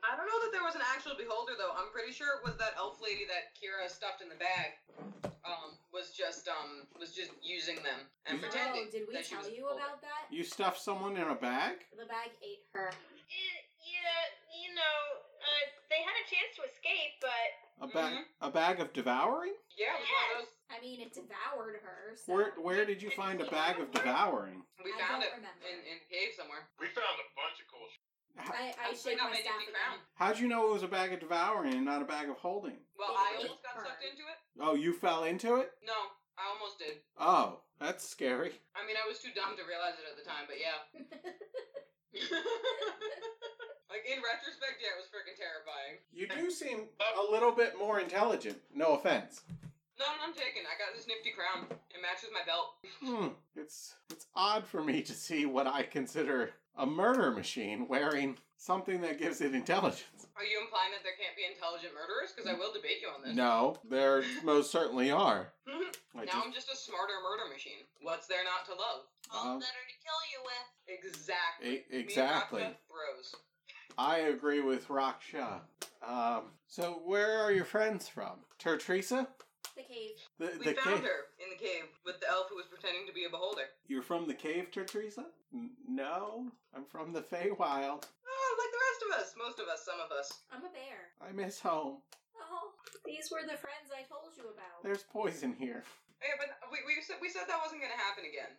S3: I don't know that there was an actual beholder though. I'm pretty sure it was that elf lady that Kira stuffed in the bag. Um, was just um was just using them and
S1: Mhm.
S3: pretending.
S5: Oh, did we
S3: that she
S5: tell
S3: was a
S5: you
S3: beholder.
S5: about that?
S1: You stuffed someone in a bag.
S5: The bag ate her.
S2: It, yeah, you know, uh, they had a chance to escape, but
S1: A bag. A bag of devouring.
S3: Yeah, it was one of those.
S5: I mean, it devoured her. So.
S1: Where Where did you find a bag of devouring?
S3: We
S5: I
S3: found
S5: don't
S3: it
S5: remember.
S3: in in a cave somewhere.
S4: We found a bunch of cool shit.
S1: How,
S5: I, I
S3: Actually,
S5: shake
S3: not
S5: my
S3: many
S5: staff
S3: we
S5: again.
S3: found.
S1: how'd you know it was a bag of devouring and not a bag of holding?
S3: Well,
S5: It
S3: I
S5: was
S3: almost got
S5: hard.
S3: sucked into it.
S1: Oh, you fell into it.
S3: No, I almost did.
S1: Oh, that's scary.
S3: I mean, I was too dumb to realize it at the time, but yeah. like in retrospect, yeah, it was freaking terrifying.
S1: You do seem a little bit more intelligent. No offense.
S3: No, no, I'm taking. I got this nifty crown. It matches my belt.
S1: Hmm. It's it's odd for me to see what I consider a murder machine wearing something that gives it intelligence.
S3: Are you implying that there can't be intelligent murderers? Because I will debate you on this.
S1: No, there most certainly are. I
S3: Now
S1: just,
S3: I'm just a smarter murder machine. What's there not to love?
S1: Um,
S6: All better to kill you with.
S3: Exactly.
S1: e- exactly.
S3: Me and Rafa, bros.
S1: I agree with Rock Shah. Um, so where are your friends from? Tertresa?
S5: The cave.
S1: The,
S3: We
S1: the
S3: found
S1: cave.
S3: her in the cave with the elf who was pretending to be a beholder.
S1: You're from the cave, Tertresa? N- no, I'm from the Feywild.
S3: Oh, like the rest of us. Most of us. Some of us.
S5: I'm a bear.
S1: I miss home.
S5: Oh, these were the friends I told you about.
S1: There's poison here.
S3: Yeah, but we, we said we said that wasn't going to happen again.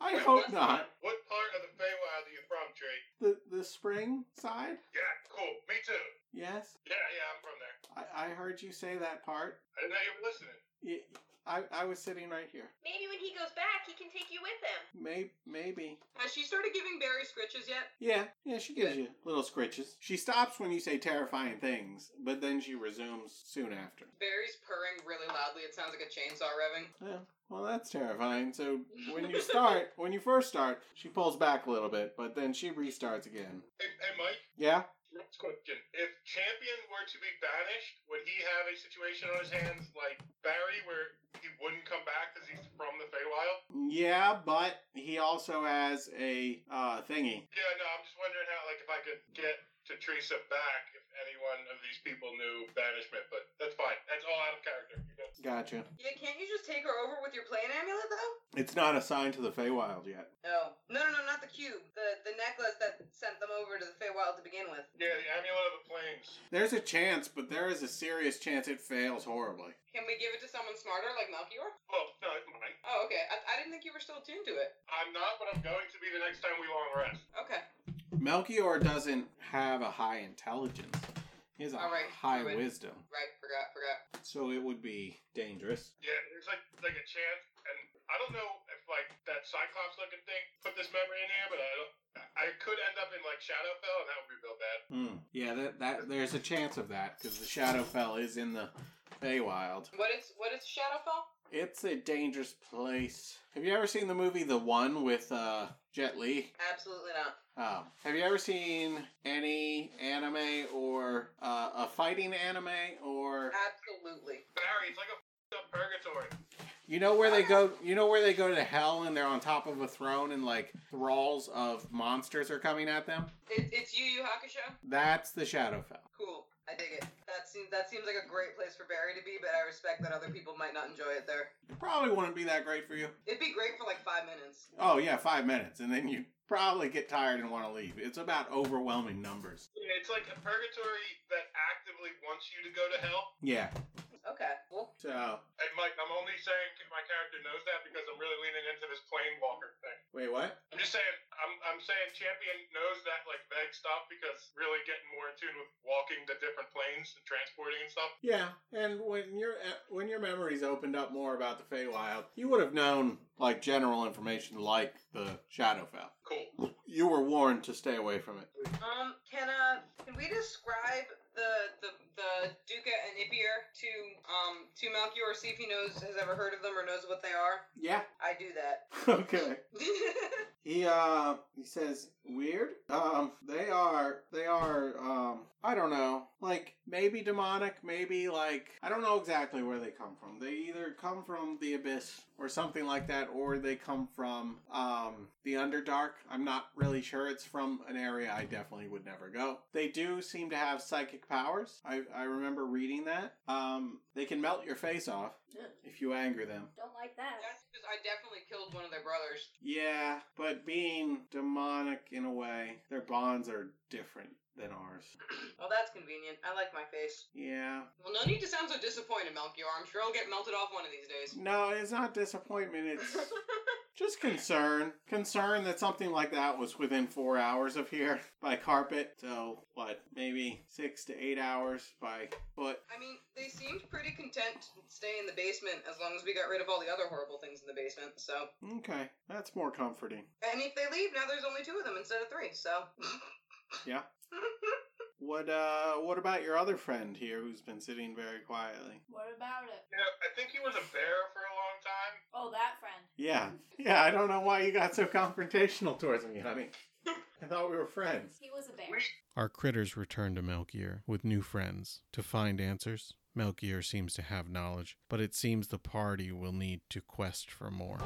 S1: I
S4: Wait,
S1: hope
S4: what-
S1: not.
S4: What part of the Feywild are you from, Tree?
S1: The the spring side?
S4: Yeah, cool. Me too.
S1: Yes.
S4: Yeah, yeah, I'm from there.
S1: I, I heard you say that part.
S4: I didn't know you were listening.
S1: Y- I, I was sitting right here.
S2: maybe when he goes back, he can take you with him.
S1: May, maybe.
S3: Has she started giving Barry scritches yet?
S1: Yeah, yeah, she gives
S3: Good.
S1: you little scritches. She stops when you say terrifying things, but then she resumes soon after.
S3: Barry's purring really loudly. It sounds like a chainsaw revving.
S1: Yeah, well, that's terrifying. So when you start, when you first start, she pulls back a little bit, but then she restarts again.
S4: Hey, hey Mike.
S1: Yeah?
S4: Next question. If Champion were to be banished, would he have a situation on his hands like Barry where he wouldn't come back because he's from the Feywild?
S1: Yeah, but he also has a uh, thingy.
S4: Yeah, no, I'm just wondering how, like, if I could get to Teresa back if any one of these people knew banishment, but that's fine. That's all out of character. you know?
S1: Gotcha.
S3: Yeah, can't you just take her over with your plane amulet though?
S1: It's not assigned to the Feywild yet.
S3: Oh. No, no, no, not the cube. The the necklace that sent them over to the Feywild to begin with.
S4: Yeah, the Amulet of the Plains.
S1: There's a chance, but there is a serious chance it fails horribly.
S3: Can we give it to someone smarter like Melchior?
S4: Oh, no, it's mine.
S3: Oh, okay. I, I didn't think you were still attuned to it.
S4: I'm not, but I'm going to be the next time we long rest.
S3: Okay.
S1: Melchior doesn't have a high intelligence. He has a
S3: All right,
S1: high
S3: good.
S1: wisdom,
S3: Right, forgot, forgot.
S1: so it would be dangerous.
S4: Yeah, there's like like a chance, and I don't know if like that Cyclops looking thing put this memory in here, but I don't. I could end up in like Shadowfell, and that would be real bad.
S1: Hmm. Yeah, that, that there's a chance of that because the Shadowfell is in the Feywild.
S3: What is what is Shadowfell?
S1: It's a dangerous place. Have you ever seen the movie The One with uh, Jet Li?
S3: Absolutely not.
S1: Um, have you ever seen any anime or uh, a fighting anime or
S3: Absolutely.
S4: Barry, it's like a f***ed up purgatory.
S1: you know where they go? You know where they go to hell and they're on top of a throne and like thralls of monsters are coming at them.
S3: It, it's Yu Yu Hakusho.
S1: That's the Shadowfell.
S3: Cool. I dig it. That seems that seems like a great place for Barry to be, but I respect that other people might not enjoy it there.
S1: Probably wouldn't be that great for you.
S3: It'd be great for like five minutes.
S1: Oh yeah, five minutes, and then you probably get tired and want to leave. It's about overwhelming numbers.
S4: It's like a purgatory that actively wants you to go to hell.
S1: Yeah.
S3: Okay, cool.
S1: So
S4: And Mike, I'm only saying my character knows that because I'm really leaning into this plane walker thing.
S1: wait, what?
S4: I'm just saying, I'm, I'm saying Champion knows that like vague stuff because really getting more in tune with walking to different planes and transporting and stuff.
S1: Yeah, and when your uh, when your memories opened up more about the Feywild, you would have known like general information, like the Shadowfell.
S4: Cool.
S1: You were warned to stay away from it.
S3: Um, can uh, can we describe the the the Duca and Ipier to um to Malkior? See if he knows has ever heard of them or knows what they are.
S1: Yeah.
S3: I do that.
S1: Okay. He uh he says weird. Um they are they are um I don't know. Like maybe demonic, maybe like I don't know exactly where they come from. They either come from the abyss or something like that or they come from um the underdark. I'm not really sure. It's from an area I definitely would never go. They do seem to have psychic powers. I I remember reading that. Um they can melt your face off
S5: Ugh,
S1: if you anger them.
S5: don't like that.
S3: That's because I definitely killed one of their brothers.
S1: Yeah, but being demonic in a way, their bonds are different than ours.
S3: Well, that's convenient. I like my face.
S1: Yeah.
S3: Well, no need to sound so disappointed, Melchior. I'm sure I'll get melted off one of these days.
S1: No, it's not disappointment, it's just concern. Concern that something like that was within four hours of here by carpet. So, what, maybe six to eight hours by foot?
S3: I mean, they seemed pretty content to stay in the basement as long as we got rid of all the other horrible things in the basement, so.
S1: Okay, that's more comforting.
S3: And if they leave, now there's only two of them instead of three, so.
S1: Yeah. What uh what about your other friend here who's been sitting very quietly?
S5: What about it?
S4: You know, I think he was a bear for a long time.
S5: Oh, that friend.
S1: Yeah. Yeah, I don't know why you got so confrontational towards me, honey. I thought we were friends.
S5: He was a bear.
S4: We-
S12: Our critters return to Melchior with new friends to find answers. Melchior seems to have knowledge, but it seems the party will need to quest for more.